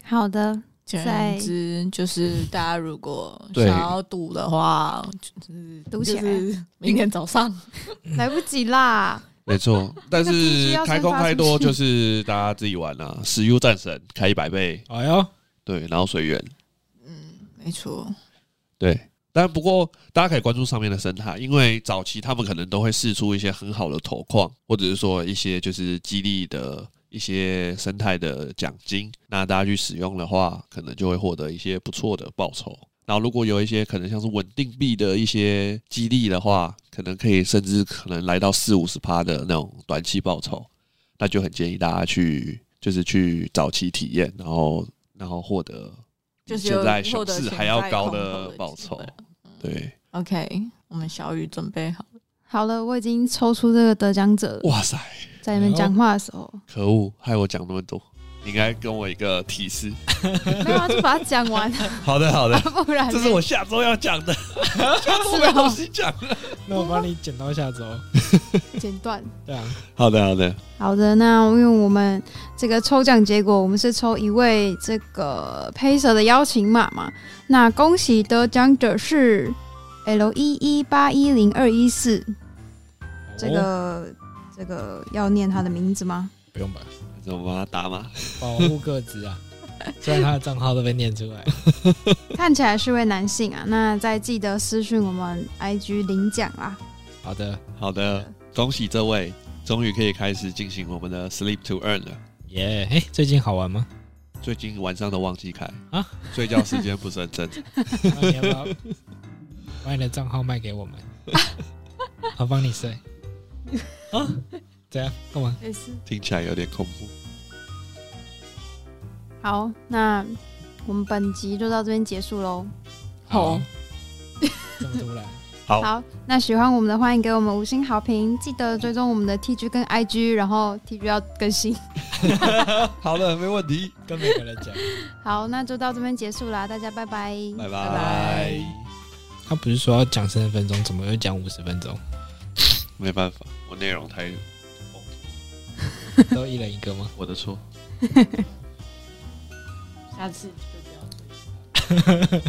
D: 好的，
E: 简
D: 在
E: 之就是大家如果
A: 对
E: 想要赌的话，就是
D: 赌起来
E: 就是明天早上。
D: 来不及啦。
A: 没 错。但
D: 那必须
A: 是
D: 要
A: 开
D: 先
A: 工
D: 发
A: 开
D: 出
A: 多
D: 去
A: 就是大家自己玩啦、啊，石油战神开一百倍，
B: 哎呦，
A: 对，然后随缘。
E: 没错，
A: 对，但不过大家可以关注上面的生态，因为早期他们可能都会试出一些很好的投矿，或者是说一些就是激励的一些生态的奖金，那大家去使用的话，可能就会获得一些不错的报酬。然后如果有一些可能像是稳定币的一些激励的话，可能可以甚至可能来到四五十趴的那种短期报酬，那就很建议大家去就是去早期体验，然后然后获得比
E: 就是
A: 现
E: 有
A: 在
E: 获
A: 熊
E: 得
A: 市
E: 潜
A: 还要
E: 在
A: 高
E: 空
A: 的
E: 头的
A: 报
E: 机
A: 酬
E: 会了。
A: 对，
E: OK，我们小雨准备好了。
D: 好了，我已经抽出这个得奖者了，
A: 哇塞，
D: 在你们讲话的时候，
A: 可恶，害我讲那么多，你应该跟我一个提示。
D: 没有啊，就把它讲完，
A: 好的， 好的，
D: 不然
A: 哎这是我下周要讲 的，
D: 我没
A: 东
D: 东
A: 西讲。
B: 那我帮你剪到下周。
D: 剪断。
B: 对啊，
A: 好的，好的，
D: 好的，那因为我们这个抽奖结果，我们是抽一位这个 p a c e r 的邀请码嘛。那恭喜得奖者是 L 一一八一零二一四，这
B: 哦
D: 个这个要念他的名字吗？
B: 不用吧，
A: 怎么把它打吗？
B: 保护各自 啊。虽然他的账号都被念出来，
D: 看起来是位男性啊，那再记得私讯我们 IG 领奖啊啦。
B: 好的，
A: 好的，恭喜这位，终于可以开始进行我们的 sleep to earn 了。
B: 耶、嘿，最近好玩吗？
A: 最近晚上都忘记开
B: 啊，
A: 睡觉时间不是 很正常。
B: 那你要不要把你的账号卖给我们？我帮你睡。啊？怎样？干嘛？
D: 没事。
A: 听起来有点恐怖。
D: 好，那我们本集就到这边结束喽。啊
E: 好，
B: 啊这么突然。
A: 好，
D: 好，那喜欢我们的，欢迎给我们五星好评，记得追踪我们的 TG 跟 IG，然后 TG 要更新。
A: 好的，没问题，
B: 跟每个人讲，
D: 好，那就到这边结束啦，大家拜拜。
A: 拜
B: 拜
A: 拜。
B: 他不是说要讲三十分钟，怎么又讲五十分 钟？
A: 没办法，我内容太
B: 都一人一个吗？
A: 我的错。
E: 下次就不要追。